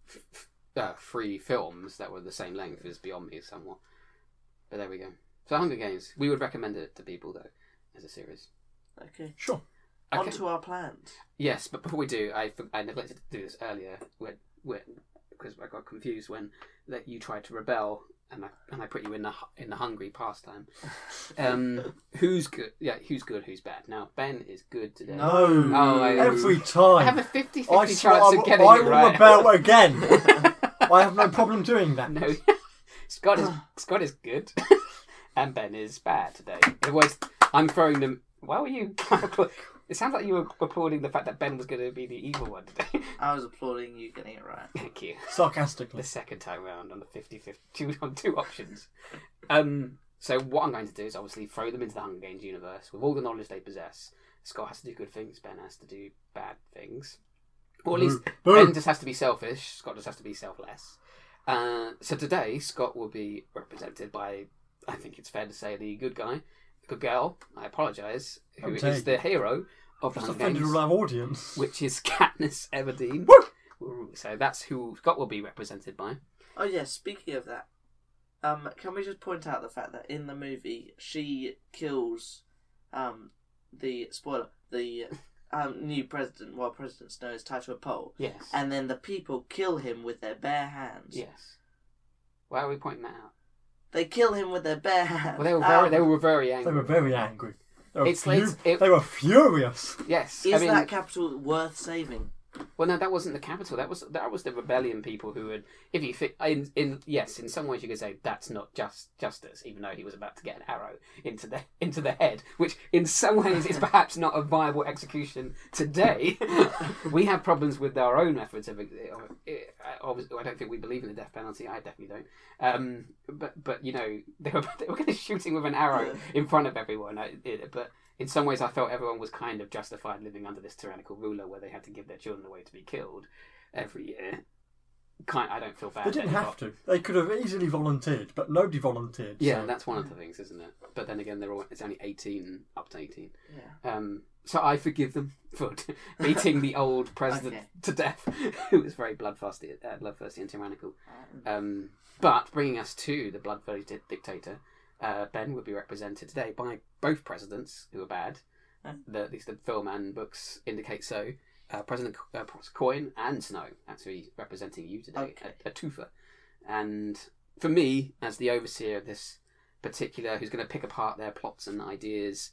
Speaker 1: f- f- uh, three films that were the same length is beyond me somewhat. But there we go. So Hunger Games, we would recommend it to people though, as a series.
Speaker 2: Okay.
Speaker 3: Sure.
Speaker 2: On
Speaker 1: Okay.
Speaker 2: to our plans.
Speaker 1: Yes, but before we do, I, for- I neglected to do this earlier when, when, because I got confused when that you tried to rebel and I and I put you in the hu- in the hungry pastime. Um, who's good? Yeah, who's good? Who's bad? Now Ben is good today.
Speaker 3: No.
Speaker 1: Oh, I-
Speaker 3: Every
Speaker 1: I
Speaker 3: time.
Speaker 1: have a 50 50
Speaker 3: I swear I
Speaker 1: chance
Speaker 3: will-
Speaker 1: of getting
Speaker 3: I
Speaker 1: it
Speaker 3: will
Speaker 1: right.
Speaker 3: rebel again. I have no problem doing that.
Speaker 1: no, Scott is Scott is good, and Ben is bad today. Otherwise, I'm throwing them. Why were you? it sounds like you were applauding the fact that Ben was going to be the evil one today.
Speaker 2: I was applauding you getting it right.
Speaker 1: Thank you.
Speaker 3: Sarcastically.
Speaker 1: the second time round on the 50 50 two, on two options. Um, so, what I'm going to do is obviously throw them into the Hunger Games universe with all the knowledge they possess. Scott has to do good things, Ben has to do bad things. Or at least
Speaker 3: Boo.
Speaker 1: Ben just has to be selfish, Scott just has to be selfless. Uh, so, today, Scott will be represented by, I think it's fair to say, the good guy, the good girl, I apologise, who
Speaker 3: Okay.
Speaker 1: is the hero of the
Speaker 3: Just
Speaker 1: Hunger
Speaker 3: offended
Speaker 1: Games
Speaker 3: all our audience.
Speaker 1: which is Katniss Everdeen. Woo! So that's who Scott will be represented by.
Speaker 2: Oh yes, speaking of that, um, can we just point out the fact that in the movie she kills, um, the spoiler the um new president while President Snow is tied to a pole,
Speaker 1: Yes.
Speaker 2: and then the people kill him with their bare hands.
Speaker 1: yes. Why are we pointing that out?
Speaker 2: They kill him with their bare hands.
Speaker 1: Well, they were very,
Speaker 2: Um,
Speaker 1: they were very
Speaker 3: They
Speaker 1: angry.
Speaker 3: were very angry. They were,
Speaker 1: It's
Speaker 3: fu-
Speaker 1: like- it-
Speaker 3: they were furious.
Speaker 1: Yes.
Speaker 2: Is
Speaker 1: I mean,
Speaker 2: that capital worth saving?
Speaker 1: Well, no, that wasn't the capital. That was that was the rebellion people who had. If you think in in yes, in some ways you could say that's not just justice, even though he was about to get an arrow into the into the head, which in some ways is perhaps not a viable execution today. we have problems with our own methods of. of, of I don't think we believe in the death penalty. I definitely don't. Um, but but you know they were they were going to shoot him with an arrow in front of everyone. I, it, but in some ways, I felt everyone was kind of justified living under this tyrannical ruler where they had to give their children away to be killed every year. Kind, I don't feel bad.
Speaker 3: They didn't
Speaker 1: that
Speaker 3: have to. They could have easily volunteered, but nobody volunteered.
Speaker 1: Yeah,
Speaker 3: so-
Speaker 1: that's one of the things, isn't it? But then again, they're all, it's only eighteen up to eighteen.
Speaker 2: Yeah.
Speaker 1: Um, so I forgive them for beating the old president
Speaker 2: Okay.
Speaker 1: to death, who was very bloodthirsty, uh, bloodthirsty and tyrannical.
Speaker 2: Um,
Speaker 1: Um, but bringing us to the bloodthirsty di- dictator, uh, Ben would be represented today by both presidents who are bad.
Speaker 2: Huh?
Speaker 1: The, at least the film and books indicate so. Uh, President C- uh, Coin and Snow actually representing you today,
Speaker 2: Okay.
Speaker 1: a, a twofer. And for me, as the overseer of this particular, who's going to pick apart their plots and ideas,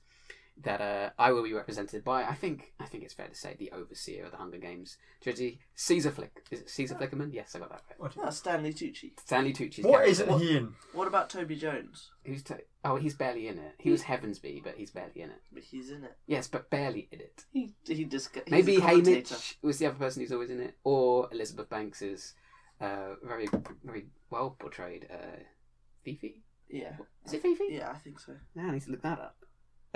Speaker 1: that uh, I will be represented by. I think I think it's fair to say the overseer of the Hunger Games trilogy, Caesar Flick. Is it Caesar Flickerman? Yes, I got that right.
Speaker 2: oh, Stanley Tucci.
Speaker 1: Stanley Tucci's
Speaker 3: What
Speaker 1: character.
Speaker 3: isn't he in?
Speaker 2: What about Toby Jones?
Speaker 1: Who's t- oh, he's barely in it. He was Heavensby, but he's barely in it.
Speaker 2: But he's in it.
Speaker 1: Yes, but barely in it.
Speaker 2: He he just he's
Speaker 1: Maybe
Speaker 2: a commentator.
Speaker 1: Hamish was the other person who's always in it, or Elizabeth Banks is uh, very very well portrayed. Uh, Fifi,
Speaker 2: Yeah,
Speaker 1: is it Fifi?
Speaker 2: yeah, I think so.
Speaker 1: No, I need to look that up.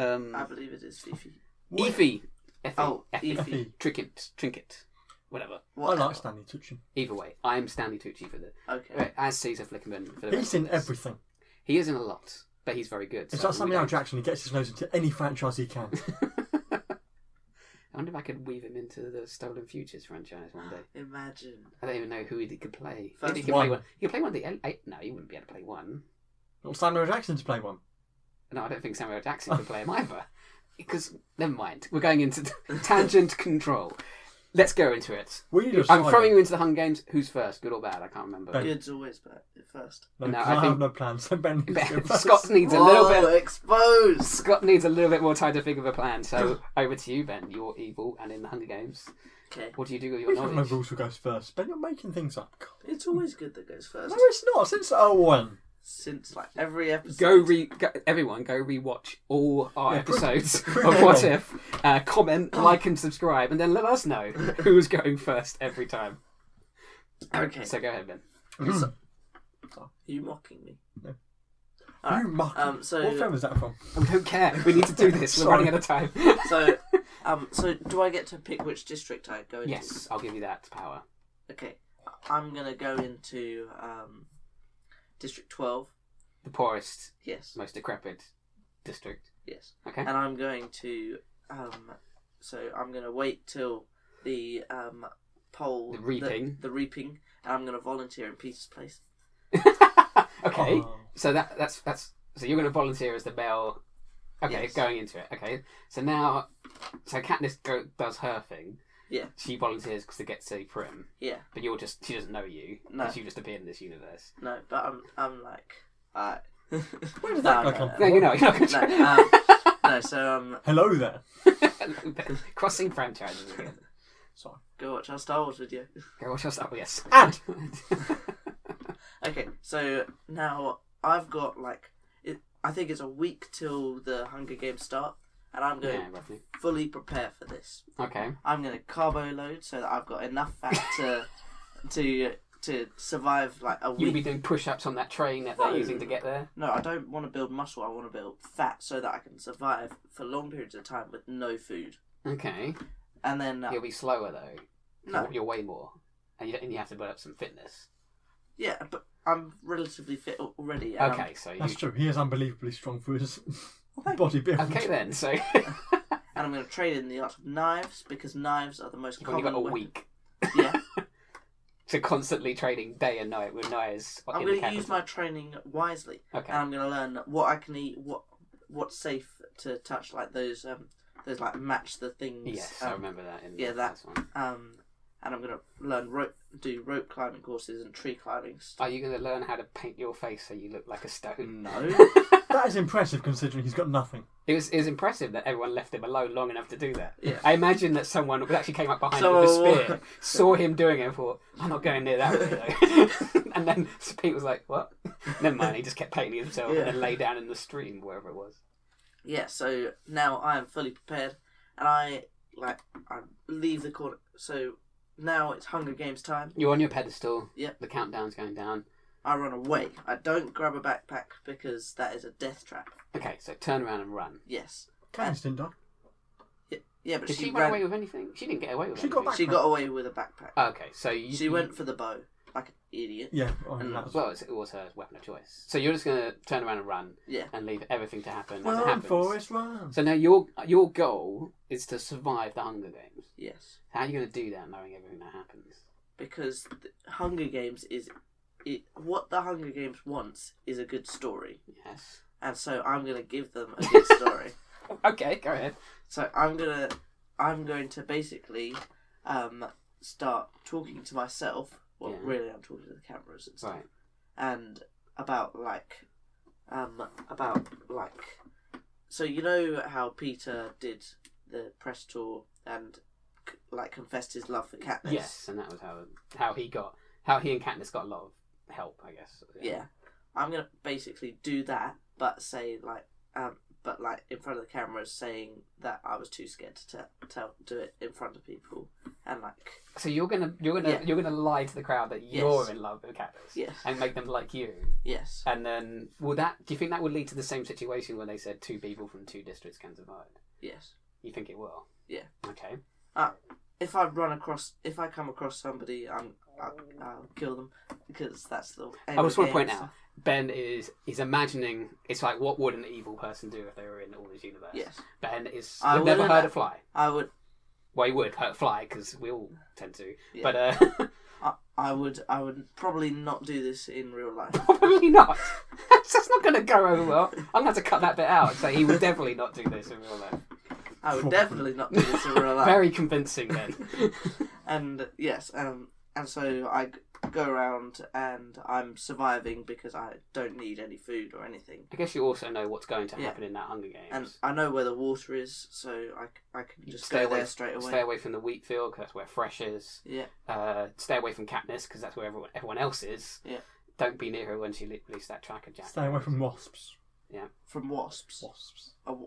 Speaker 1: Um,
Speaker 2: I believe it is Fifi.
Speaker 3: What-
Speaker 1: Effie. Effie.
Speaker 2: Oh,
Speaker 1: Effie.
Speaker 2: Effie.
Speaker 3: Effie.
Speaker 1: Trinket. Trinket. Whatever.
Speaker 3: I
Speaker 2: What?
Speaker 3: like Stanley Tucci.
Speaker 1: Either way, I'm Stanley Tucci for the
Speaker 2: Okay.
Speaker 1: right, as Caesar Flickerman. For the
Speaker 3: He's
Speaker 1: rest of
Speaker 3: in
Speaker 1: this.
Speaker 3: everything.
Speaker 1: He is in a lot, but he's very good.
Speaker 3: It's
Speaker 1: so
Speaker 3: like
Speaker 1: we
Speaker 3: Samuel L.
Speaker 1: don't-
Speaker 3: Jackson. He gets his nose into any franchise he can.
Speaker 1: I wonder if I could weave him into the Stolen Futures franchise one day.
Speaker 2: Imagine.
Speaker 1: I don't even know who he could play.
Speaker 2: First
Speaker 1: Maybe he could
Speaker 3: one.
Speaker 1: play one. He could play one of the. L- eight- No, he wouldn't be able to play one.
Speaker 3: Not Samuel L. Jackson to play one.
Speaker 1: No, I don't think Samuel Jackson could play him either. Because never mind, we're going into tangent control. Let's go into it.
Speaker 3: We need a
Speaker 1: I'm
Speaker 3: side-
Speaker 1: throwing you into the Hunger Games. Who's first, good or bad? I can't remember.
Speaker 3: Ben.
Speaker 2: Good's always bad at first.
Speaker 3: No,
Speaker 1: No,
Speaker 3: 'cause
Speaker 1: I
Speaker 3: I,
Speaker 1: think-
Speaker 3: have no plan. So Ben needs to go first.
Speaker 1: Scott needs a little
Speaker 2: Whoa,
Speaker 1: bit.
Speaker 2: exposed.
Speaker 1: Scott needs a little bit more time to think of a plan. So over to you, Ben. You're evil and in the Hunger Games.
Speaker 2: Okay.
Speaker 1: What do you do with your
Speaker 3: We have no
Speaker 1: knowledge?
Speaker 3: rules. Who goes first? Ben, you're making things up. God.
Speaker 2: It's always good that goes first.
Speaker 3: No, it's not. Since 01.
Speaker 2: Since like every episode.
Speaker 1: Go re go, everyone. Go rewatch all our
Speaker 3: Yeah, pretty-
Speaker 1: episodes
Speaker 3: pretty
Speaker 1: of What
Speaker 3: well.
Speaker 1: If. Uh, comment, like, and subscribe, and then let us know who's going first every time.
Speaker 2: Okay.
Speaker 1: So go ahead, Ben.
Speaker 2: So- Are you mocking me?
Speaker 3: No.
Speaker 2: Alright,
Speaker 3: You muck.
Speaker 2: um, so-
Speaker 3: what film is that from?
Speaker 1: We don't care. We need to do this. We're
Speaker 3: Sorry.
Speaker 1: running out of time.
Speaker 2: So, um, so do I get to pick which district I go into?
Speaker 1: yes, I'll give you that power.
Speaker 2: Okay. I'm gonna go into um, District Twelve.
Speaker 1: The poorest,
Speaker 2: Yes.
Speaker 1: most decrepit district.
Speaker 2: Yes.
Speaker 1: Okay.
Speaker 2: And I'm going to um, so I'm gonna wait till the um poll
Speaker 1: The reaping.
Speaker 2: the, the reaping, and I'm gonna volunteer in Peter's place.
Speaker 1: okay.
Speaker 3: Oh.
Speaker 1: So that that's that's so you're going to volunteer as the bell. Okay,
Speaker 2: Yes.
Speaker 1: going into it. Okay, so now, so Katniss go, does her thing.
Speaker 2: Yeah.
Speaker 1: She volunteers because it gets so prim,
Speaker 2: Yeah.
Speaker 1: but you're just she doesn't know you
Speaker 2: No.
Speaker 1: because you just appeared in this universe.
Speaker 2: No, but I'm I'm like alright. Where
Speaker 3: did that guy come
Speaker 1: No, you know you're not going to
Speaker 2: No, um, no, so um,
Speaker 3: Hello there.
Speaker 1: crossing franchises again.
Speaker 3: Sorry.
Speaker 2: go watch our Star Wars video.
Speaker 1: Go watch us. Oh yes.
Speaker 3: And
Speaker 2: Okay, so now I've got like it, I think it's a week till the Hunger Games start, and I'm going
Speaker 1: yeah, roughly.
Speaker 2: to fully prepare for this.
Speaker 1: Okay.
Speaker 2: I'm going to carbo load so that I've got enough fat to to to survive like a
Speaker 1: You'll
Speaker 2: week.
Speaker 1: be doing push-ups on that train that they're
Speaker 2: No.
Speaker 1: using to get there.
Speaker 2: No, I don't want to build muscle. I want to build fat so that I can survive for long periods of time with no food.
Speaker 1: Okay.
Speaker 2: And then uh,
Speaker 1: You'll be slower though.
Speaker 2: no,
Speaker 1: You're way more, and you, and you have to build up some fitness.
Speaker 2: yeah, but I'm relatively fit al- already. And I'm- Oh,
Speaker 1: Okay, so you.
Speaker 3: that's true. He is unbelievably strong for his body build.
Speaker 1: Okay then, so you've
Speaker 2: and I'm going to train in the art of knives because knives are the most
Speaker 1: only
Speaker 2: common.
Speaker 1: got a
Speaker 2: weapon.
Speaker 1: week.
Speaker 2: Yeah.
Speaker 1: to constantly trading day and night with knives in
Speaker 2: I'm going
Speaker 1: the
Speaker 2: to
Speaker 1: capital.
Speaker 2: use my training wisely,
Speaker 1: Okay.
Speaker 2: and I'm going to learn what I can eat, what what's safe to touch, like those um those like match the things.
Speaker 1: yes, I
Speaker 2: um,
Speaker 1: remember that. In
Speaker 2: yeah,
Speaker 1: the
Speaker 2: that-
Speaker 1: first one.
Speaker 2: um, and I'm going to learn rope, do rope climbing courses and tree climbing stuff.
Speaker 1: Are you going to learn how to paint your face so you look like a stone?
Speaker 2: No,
Speaker 3: That is impressive considering he's got nothing.
Speaker 1: It was, it was impressive that everyone left him alone long enough to do that.
Speaker 2: Yeah.
Speaker 1: I imagine that someone who actually came up behind
Speaker 2: So-
Speaker 1: him with a spear, saw him doing it, and thought, "I'm not going near that." Way, though." and then Pete was like, "What? Never mind." He just kept painting himself
Speaker 2: Yeah.
Speaker 1: and then lay down in the stream, wherever it was.
Speaker 2: yeah, so now I am fully prepared, and I like I leave the court. So now it's Hunger Games time.
Speaker 1: You're on your pedestal.
Speaker 2: Yep.
Speaker 1: The countdown's going down.
Speaker 2: I run away. I don't grab a backpack because that is a death trap.
Speaker 1: Okay, so turn around and run.
Speaker 2: Yes.
Speaker 3: Candice didn't die.
Speaker 2: Yeah, yeah but
Speaker 1: Did she,
Speaker 2: she,
Speaker 1: run
Speaker 2: ran.
Speaker 1: away with anything? She didn't get away with
Speaker 3: She
Speaker 1: anything.
Speaker 3: got back-
Speaker 2: she got away with a backpack.
Speaker 1: Okay, so Uh, you,
Speaker 2: she
Speaker 1: you-
Speaker 2: went for the bow like an idiot.
Speaker 3: Yeah, I mean,
Speaker 2: And
Speaker 3: that was-
Speaker 1: Well, it's, it was her weapon of choice. So you're just going to turn around and run
Speaker 2: Yeah.
Speaker 1: and leave everything to happen as it
Speaker 3: Run,
Speaker 1: happens.
Speaker 3: Forrest, run.
Speaker 1: So now your your goal is to survive the Hunger Games.
Speaker 2: Yes.
Speaker 1: How are you going to do that, knowing everything that happens?
Speaker 2: Because the Hunger Games is it, what the Hunger Games wants is a good story,
Speaker 1: Yes.
Speaker 2: and so I'm gonna give them a good story.
Speaker 1: Okay, go ahead.
Speaker 2: So I'm gonna, I'm going to basically, um, start talking to myself. Well,
Speaker 1: Yeah.
Speaker 2: really, I'm talking to the cameras and stuff,
Speaker 1: Right.
Speaker 2: and about like, um, about like, so you know how Peter did the press tour and c- like confessed his love for Katniss.
Speaker 1: Yes, and that was how how he got how he and Katniss got a lot of help, I guess.
Speaker 2: Yeah. I'm gonna basically do that, but say like, um, but like in front of the cameras, saying that I was too scared to tell, tell do it in front of people, and like.
Speaker 1: So you're gonna you're gonna
Speaker 2: Yeah.
Speaker 1: you're gonna lie to the crowd that
Speaker 2: Yes.
Speaker 1: you're in love with Katniss
Speaker 2: Yes.
Speaker 1: and make them like you,
Speaker 2: Yes.
Speaker 1: and then will that? Do you think that would lead to the same situation where they said two people from two districts can survive?
Speaker 2: Yes.
Speaker 1: You think it will?
Speaker 2: Yeah.
Speaker 1: Okay.
Speaker 2: If I run across, if I come across somebody, I'm, I'll, I'll kill them because that's the.
Speaker 1: I
Speaker 2: aim of
Speaker 1: just want to
Speaker 2: the
Speaker 1: point
Speaker 2: game.
Speaker 1: out Ben is is imagining it's like what would an evil person do if they were in all this universe?
Speaker 2: Yes.
Speaker 1: Ben is
Speaker 2: I
Speaker 1: we've never
Speaker 2: wouldn't-
Speaker 1: heard a fly.
Speaker 2: I would.
Speaker 1: Well, he would hurt fly because we all tend to,
Speaker 2: Yeah.
Speaker 1: but uh,
Speaker 2: I, I would. I would probably not do this in real life.
Speaker 1: probably not. That's that's not going to go over well. I'm going to have to cut that bit out. So he would definitely not do this in real life.
Speaker 2: I would definitely not do this in real life.
Speaker 1: Very convincing, Ben.
Speaker 2: And yes, um, and so I g- go around and I'm surviving because I don't need any food or anything.
Speaker 1: I guess you also know what's going to
Speaker 2: Yeah.
Speaker 1: happen in that Hunger Games.
Speaker 2: And I know where the water is, so I, c- I can just
Speaker 1: stay
Speaker 2: go
Speaker 1: away
Speaker 2: there
Speaker 1: f-
Speaker 2: straight away.
Speaker 1: Stay away from the wheat field because that's where Fresh is.
Speaker 2: Yeah.
Speaker 1: Uh, stay away from Katniss because that's where everyone, everyone else is.
Speaker 2: Yeah.
Speaker 1: Don't be near her when she le- released that tracker jacket.
Speaker 3: Stay away from wasps.
Speaker 2: From wasps.
Speaker 3: Wasps.
Speaker 2: A wa-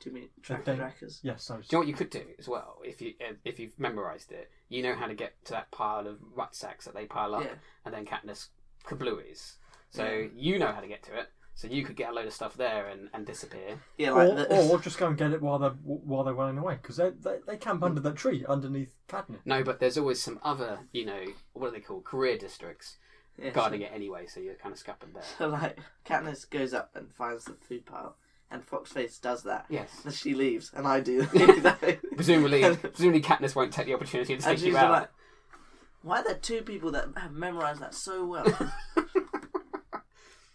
Speaker 2: do you mean
Speaker 3: They're
Speaker 2: tracker
Speaker 3: dang-
Speaker 2: trackers?
Speaker 3: Yes, those.
Speaker 1: Do you know what you could do as well? If you uh, if you've memorised it, you know how to get to that pile of rucksacks that they pile up,
Speaker 2: Yeah.
Speaker 1: and then Katniss kablooies. So
Speaker 2: Yeah.
Speaker 1: you know how to get to it. So you could get a load of stuff there and, and disappear.
Speaker 2: Yeah, like
Speaker 3: or,
Speaker 2: the,
Speaker 3: or just go and get it while they're while they're running away because they, they they camp under that tree underneath Cadney.
Speaker 1: No, but there's always some other, you know, what are they called? Career districts
Speaker 2: yeah,
Speaker 1: guarding it anyway. So you're kind of scuppered there.
Speaker 2: So like Katniss goes up and finds the food pile, and Foxface does that.
Speaker 1: Yes.
Speaker 2: And she leaves, and I do that.
Speaker 1: Presumably,
Speaker 2: and
Speaker 1: presumably Katniss won't take the opportunity to take
Speaker 2: she's
Speaker 1: you out.
Speaker 2: like, "Why are there two people that have memorized that so well?"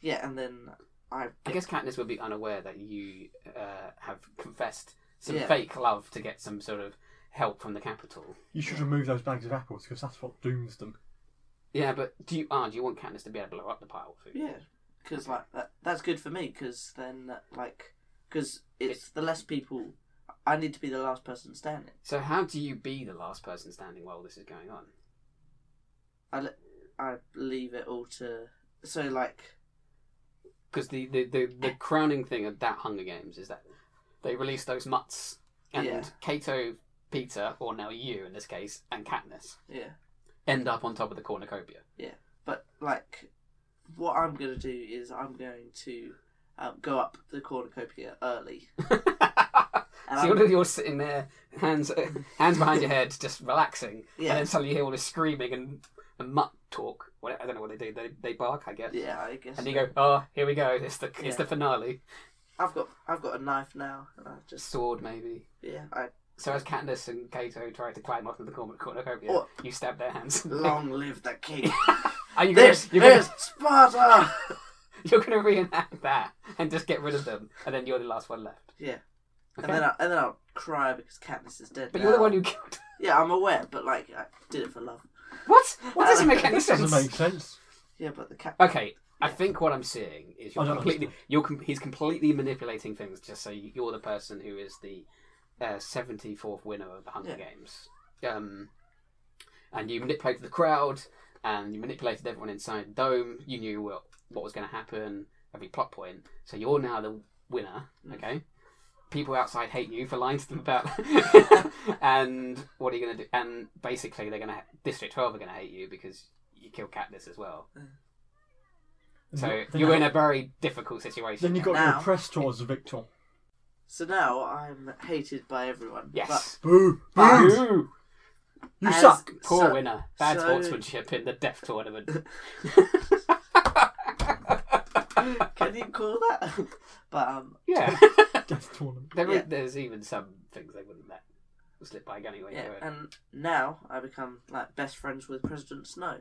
Speaker 2: yeah, and then I,
Speaker 1: I guess Katniss would be unaware that you uh, have confessed some
Speaker 2: Yeah.
Speaker 1: fake love to get some sort of help from the capital.
Speaker 3: You should remove those bags of apples because that's what dooms them.
Speaker 1: Yeah, but do you ah, do you want Katniss to be able to blow up the pile of food?
Speaker 2: yeah, because like that, that's good for me. Because then uh, like, because it's the less people. I need to be the last person standing.
Speaker 1: So how do you be the last person standing while this is going on?
Speaker 2: I, le- I leave it all to so like
Speaker 1: Because the, the, the, the crowning thing of that Hunger Games is that they release those mutts and
Speaker 2: Yeah.
Speaker 1: Kato, Peter, or now you in this case, and Katniss
Speaker 2: yeah.
Speaker 1: end up on top of the cornucopia.
Speaker 2: But like, what I'm gonna do is I'm going to um, go up the cornucopia early.
Speaker 1: so
Speaker 2: And
Speaker 1: you're,
Speaker 2: I'm,
Speaker 1: you're sitting there, hands hands behind your head, just relaxing, and
Speaker 2: yeah,
Speaker 1: then suddenly you hear all this screaming and, and mutt talk. What I don't know what they do. They they bark, I guess.
Speaker 2: yeah. I guess
Speaker 1: And you go, oh, here we go. It's the
Speaker 2: Yeah.
Speaker 1: it's the finale.
Speaker 2: I've got I've got a knife now, and I just
Speaker 1: sword, maybe.
Speaker 2: yeah. I
Speaker 1: So as Candace and Kato try to climb onto the corn- cornucopia,
Speaker 2: Oh.
Speaker 1: you stab their hands.
Speaker 2: long live the king.
Speaker 1: Are you
Speaker 2: This
Speaker 1: gonna, you're,
Speaker 2: is Sparta.
Speaker 1: Gonna, you're gonna reenact that and just get rid of them, and then you're the last one left.
Speaker 2: Yeah.
Speaker 1: Okay?
Speaker 2: And then I, Uh, and then I'll cry because Katniss is dead.
Speaker 1: but you're the
Speaker 2: now.
Speaker 1: one who killed.
Speaker 2: Yeah, I'm aware, but like I did it for love.
Speaker 1: What? What doesn't make any
Speaker 3: Doesn't
Speaker 1: sense?
Speaker 3: make sense.
Speaker 2: Yeah, but the cat.
Speaker 1: Okay, I think what I'm seeing is
Speaker 3: I
Speaker 1: you're
Speaker 3: don't
Speaker 1: completely
Speaker 3: understand.
Speaker 1: you're com- he's completely manipulating things just so you're the person who is the uh, 74th winner of the Hunger
Speaker 2: Yeah.
Speaker 1: Games. Um, and you manipulated the crowd and you manipulated everyone inside the dome. You knew what, what was going to happen, every plot point. So you're now the winner, okay? People outside hate you for lying to them about. and what are you going to do? And basically, they're going to District 12 are going to hate you because you kill Katniss as well. So
Speaker 3: Then
Speaker 1: you're
Speaker 3: how-
Speaker 1: in a very difficult situation.
Speaker 3: Then you got
Speaker 2: Now-
Speaker 3: to press towards the victor.
Speaker 2: So now I'm hated by everyone.
Speaker 1: yes.
Speaker 3: Boo!
Speaker 2: But-
Speaker 3: Boo!
Speaker 1: Ooh,
Speaker 3: You
Speaker 2: As-
Speaker 3: suck!
Speaker 1: poor
Speaker 2: so-
Speaker 1: winner. Bad
Speaker 2: so-
Speaker 1: sportsmanship in the death tournament.
Speaker 2: But can you call that? but um,
Speaker 1: yeah.
Speaker 3: Death tournament.
Speaker 1: There
Speaker 2: Yeah.
Speaker 1: There's even some things they wouldn't let slip by anyway.
Speaker 2: yeah.
Speaker 1: but-
Speaker 2: And now I become like best friends with President Snow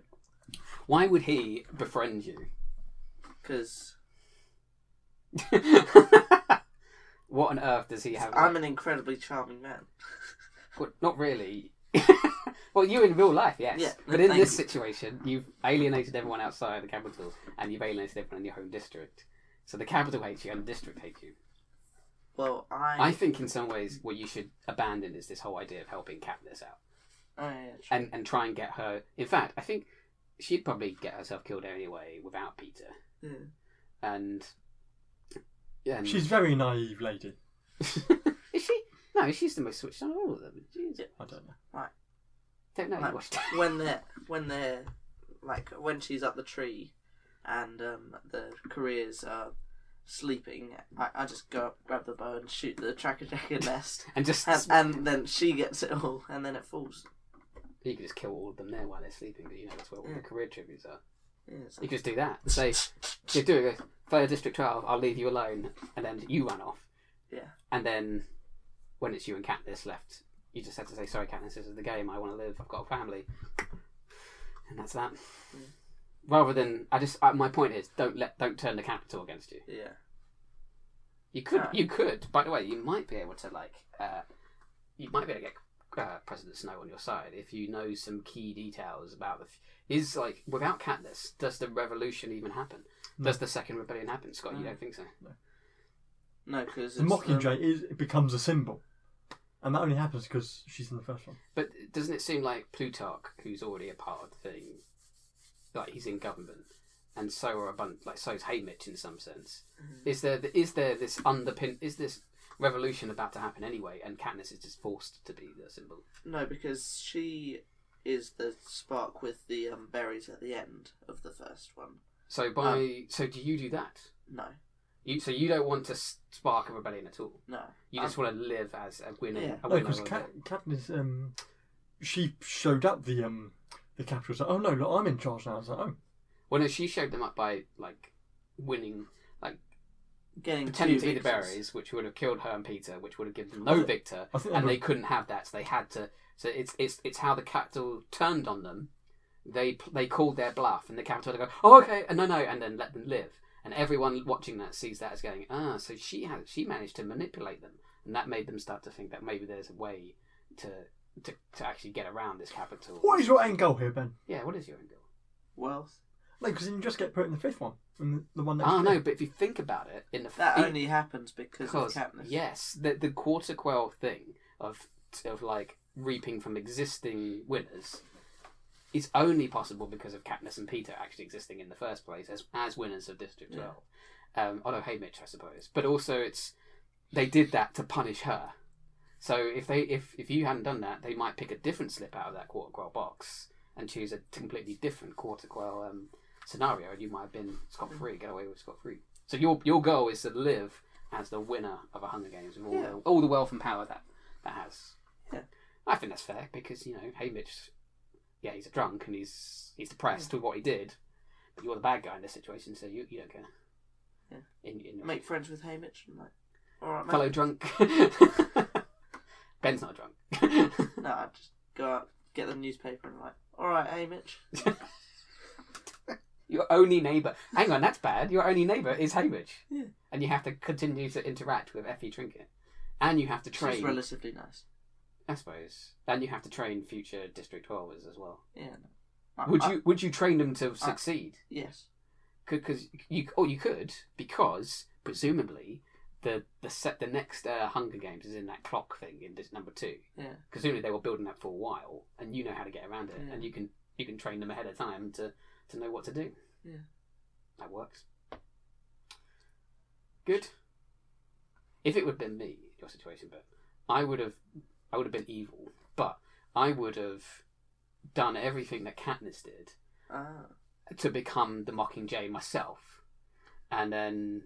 Speaker 1: Why would he befriend you?
Speaker 2: because
Speaker 1: what on earth does he have?
Speaker 2: I'm an incredibly charming man.
Speaker 1: Well, not really. well, you in real life, yes.
Speaker 2: Yeah,
Speaker 1: but in
Speaker 2: thank
Speaker 1: this
Speaker 2: you.
Speaker 1: situation, you've alienated everyone outside the capital, and you've alienated everyone in your home district. So the capital hates you, and the district hates you.
Speaker 2: Well, I.
Speaker 1: I think, in some ways, what you should abandon is this whole idea of helping Katniss out
Speaker 2: Oh, yeah, sure.
Speaker 1: and and try and get her. In fact, I think she'd probably get herself killed anyway without Peter.
Speaker 2: Yeah.
Speaker 1: And, and
Speaker 3: She's a very naive lady.
Speaker 1: is she? No, she's the most switched on of all of them. Jeez,
Speaker 2: Yeah.
Speaker 3: I don't know.
Speaker 1: don't know.
Speaker 2: Right.
Speaker 1: what she-
Speaker 2: when they're when they're like when she's up the tree and um, the careers are sleeping I, I just go up, grab the bow and shoot the tracker jacker nest
Speaker 1: and just
Speaker 2: and, and then she gets it all and then it falls
Speaker 1: You could just kill all of them there while they're sleeping, but you know that's where all the
Speaker 2: Yeah.
Speaker 1: career tributes are.
Speaker 2: yeah, it's
Speaker 1: You
Speaker 2: like,
Speaker 1: could just do that. Say, you're doing a further District 12, I'll leave you alone, and then you run off.
Speaker 2: Yeah.
Speaker 1: And then when it's you and Katniss left, you just have to say, sorry, Katniss, this is the game, I want to live, I've got a family. And that's that.
Speaker 2: Yeah.
Speaker 1: Rather than, I just, I, my point is, don't let, don't turn the capital against you.
Speaker 2: yeah
Speaker 1: You could,
Speaker 2: Alright.
Speaker 1: you could. By the way, you might be able to like, uh, you might be able to get uh, President Snow on your side if you know some key details about the. F- is like without Katniss, does the revolution even happen?
Speaker 3: No.
Speaker 1: Does the second rebellion happen, Scott? You
Speaker 2: No.
Speaker 1: don't think so?
Speaker 2: no um, because
Speaker 3: The Mockingjay is, it becomes a symbol. And that only happens because she's in the first one.
Speaker 1: But doesn't it seem like Plutarch, who's already a part of the thing, like he's in government, and so are a bunch, like so's Haymitch in some sense. Is there is there this underpin? Is this revolution about to happen anyway? And Katniss is just forced to be the symbol.
Speaker 2: no because she is the spark with the um, berries at the end of the first one
Speaker 1: So by so do you do that?
Speaker 2: no
Speaker 1: You so you don't want to s- spark a rebellion at all.
Speaker 2: no
Speaker 1: You just want to live as a winner.
Speaker 2: Um, Yeah.
Speaker 1: A
Speaker 3: No,
Speaker 1: winner
Speaker 3: because
Speaker 1: of
Speaker 3: Kat, Katniss, um, she showed up the um, the capital. It's like, oh no, look, I'm in charge now. I was like, oh,
Speaker 1: it. Well, no, she showed them up by like winning,
Speaker 2: getting
Speaker 1: pretending
Speaker 2: two
Speaker 1: to be the
Speaker 2: victories.
Speaker 1: berries, which would have killed her and Peter, which would have given them no
Speaker 3: Well,
Speaker 1: victor,
Speaker 3: I think
Speaker 1: and
Speaker 3: they
Speaker 1: they couldn't have that, so they had to. So it's it's it's how the capital turned on them. They p- they called their bluff, and the capital go, oh okay, and no no, and then let them live. And everyone watching that sees that as going, ah, so she has she managed to manipulate them, and that made them start to think that maybe there's a way to to, to actually get around this capital.
Speaker 3: What is your end goal here, Ben?
Speaker 1: Yeah, what is your end goal?
Speaker 2: wealth
Speaker 3: Like, because you just get put in the fifth one, and the, the one next.
Speaker 1: Oh
Speaker 3: to
Speaker 1: no,
Speaker 3: it.
Speaker 1: but if you think about it, in the
Speaker 2: that
Speaker 1: in-
Speaker 2: only happens because of
Speaker 1: because
Speaker 2: Katniss
Speaker 1: yes, the the quarter quail thing of of like reaping from existing winners is only possible because of Katniss and Peter actually existing in the first place as as winners of District
Speaker 2: Yeah.
Speaker 1: Twelve. Um, although hey Mitch, I suppose, but also it's they did that to punish her. So if they if if you hadn't done that, they might pick a different slip out of that quarter quail box and choose a completely different quarter quail um, scenario, and you might have been scot free, get away with scot free. So your your goal is to live as the winner of a Hunger Games with all,
Speaker 2: Yeah.
Speaker 1: the, all the wealth and power that that has.
Speaker 2: Yeah.
Speaker 1: I think that's fair because you know Hamish, yeah, he's a drunk and he's he's depressed with what he did, but you're the bad guy in this situation, so you, you don't care.
Speaker 2: Yeah.
Speaker 1: In, in your
Speaker 2: make friends with Haymitch and like all right mate.
Speaker 1: fellow drunk. Ben's not a drunk.
Speaker 2: No, I just go out, get the newspaper, and like, all right, hey Mitch.
Speaker 1: Your only neighbour. Hang on, that's bad. Your only neighbour is Hamish.
Speaker 2: Yeah.
Speaker 1: And you have to continue to interact with Effie Trinket. And you have to
Speaker 2: She's
Speaker 1: train.
Speaker 2: relatively nice.
Speaker 1: I suppose. And you have to train future District 12ers as well.
Speaker 2: Yeah. No. I-
Speaker 1: Would
Speaker 2: I-
Speaker 1: you would you train them to succeed?
Speaker 2: yes.
Speaker 1: because you or you could because presumably the the set the next uh, Hunger Games is in that clock thing in this number two.
Speaker 2: Yeah.
Speaker 1: Presumably they were building that for a while, and you know how to get around it,
Speaker 2: Yeah.
Speaker 1: and you can you can train them ahead of time to to know what to do.
Speaker 2: Yeah.
Speaker 1: That works. Good. If it would have been me, your situation, but I would have I would have been evil, but I would have done everything that Katniss did
Speaker 2: Ah.
Speaker 1: to become the Mockingjay myself, and then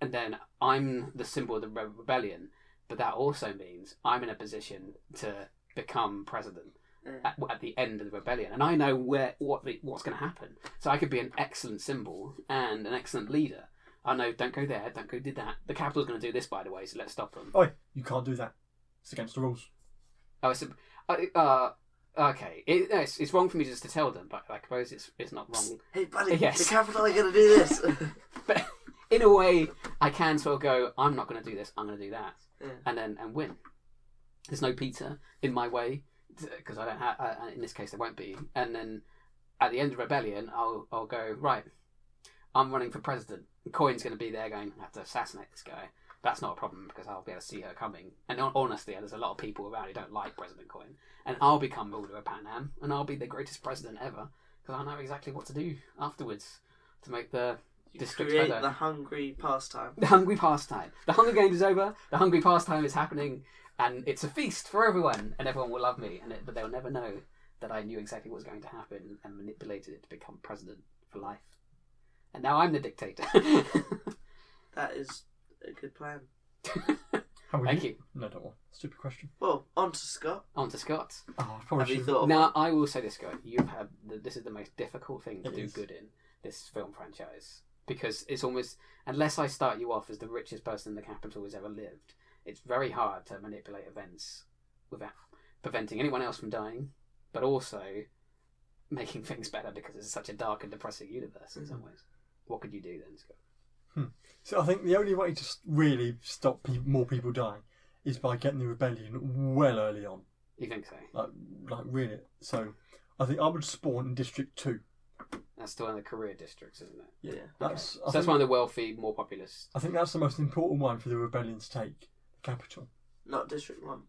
Speaker 1: and then I'm the symbol of the re- rebellion. But that also means I'm in a position to become president
Speaker 2: Yeah.
Speaker 1: at, at the end of the rebellion, and I know where what the, what's going to happen. So I could be an excellent symbol and an excellent leader. I know. Don't go there. Don't go. Did that. The capital's going to do this, by the way. So let's stop them.
Speaker 3: Oi, you can't do that. It's against the rules.
Speaker 1: Oh, it's a, I- uh, okay. It, no, it's, it's wrong for me just to tell them, but I suppose it's it's not wrong
Speaker 2: Hey, buddy,
Speaker 1: Yes.
Speaker 2: the capital are going to do this.
Speaker 1: but in a way, I can sort of go, I'm not going to do this, I'm going to do that,
Speaker 2: Yeah.
Speaker 1: and then and win. There's no Peter in my way because I don't have. Uh, in this case, there won't be. And then at the end of rebellion, I'll I'll go right. I'm running for president. Coin's going to be there going, I have to assassinate this guy. That's not a problem because I'll be able to see her coming. And hon- honestly, there's a lot of people around who don't like President Coin. And I'll become ruler of Pan Am and I'll be the greatest president ever because I know exactly what to do afterwards to make the
Speaker 2: You
Speaker 1: District
Speaker 2: create
Speaker 1: Shadow.
Speaker 2: the hungry pastime.
Speaker 1: the hungry pastime. The Hunger Games is over. The hungry pastime is happening, and it's a feast for everyone, and everyone will love me. And it, but they'll never know that I knew exactly what was going to happen and manipulated it to become president for life. And now I'm the dictator.
Speaker 2: That is a good plan.
Speaker 3: How would
Speaker 1: Thank you.
Speaker 3: No, don't want. Stupid question.
Speaker 2: Well, on to Scott.
Speaker 1: On to Scott.
Speaker 3: Oh, I
Speaker 2: Have
Speaker 3: probably
Speaker 2: you
Speaker 3: should.
Speaker 2: thought of
Speaker 1: Now I will say this, guy. You've had the, this is the most difficult thing to
Speaker 3: It
Speaker 1: do
Speaker 3: is.
Speaker 1: good in this film franchise because it's almost unless I start you off as the richest person in the capital has ever lived, it's very hard to manipulate events without preventing anyone else from dying, but also making things better because it's such a dark and depressing universe in
Speaker 3: Mm.
Speaker 1: some ways. What could you do then, Scott?
Speaker 3: So I think the only way to s- really stop pe- more people dying is by getting the rebellion well early on,
Speaker 1: You think so?
Speaker 3: like like really. So I think I would spawn in District Two.
Speaker 1: That's still in the career districts, isn't it?
Speaker 3: Yeah,
Speaker 2: Okay.
Speaker 3: that's I
Speaker 1: so that's
Speaker 3: think-
Speaker 1: one of the wealthy, more populous.
Speaker 3: I think that's the most important one for the rebellion to take the capital.
Speaker 2: Not District 1.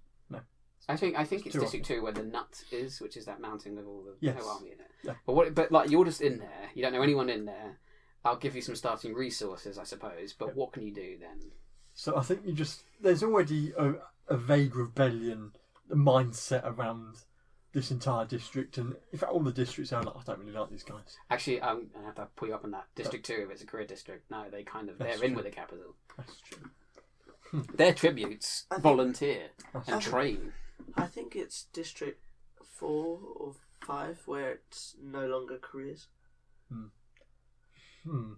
Speaker 1: I think I think
Speaker 3: It's
Speaker 1: it's
Speaker 3: too
Speaker 1: District Two where the nut is, which is that mountain with all the
Speaker 3: Yes.
Speaker 1: no army in it.
Speaker 3: Yeah.
Speaker 1: But what? But like you're just in there. You don't know anyone in there. I'll give you some starting resources, I suppose. But what can you do then?
Speaker 3: So I think you just there's already a, a vague rebellion mindset around this entire district, and in fact all the districts are like I don't really like these guys.
Speaker 1: Actually, I'm gonna have to pull you up on that. District Two, if it's a career district, no, they kind of
Speaker 3: That's
Speaker 1: they're in
Speaker 3: true.
Speaker 1: with the capital.
Speaker 3: That's true.
Speaker 1: Their tributes
Speaker 2: I think-
Speaker 1: volunteer
Speaker 3: That's
Speaker 1: and
Speaker 2: true.
Speaker 1: train.
Speaker 2: I think it's District 4 or 5 where it's no longer careers.
Speaker 3: Hmm.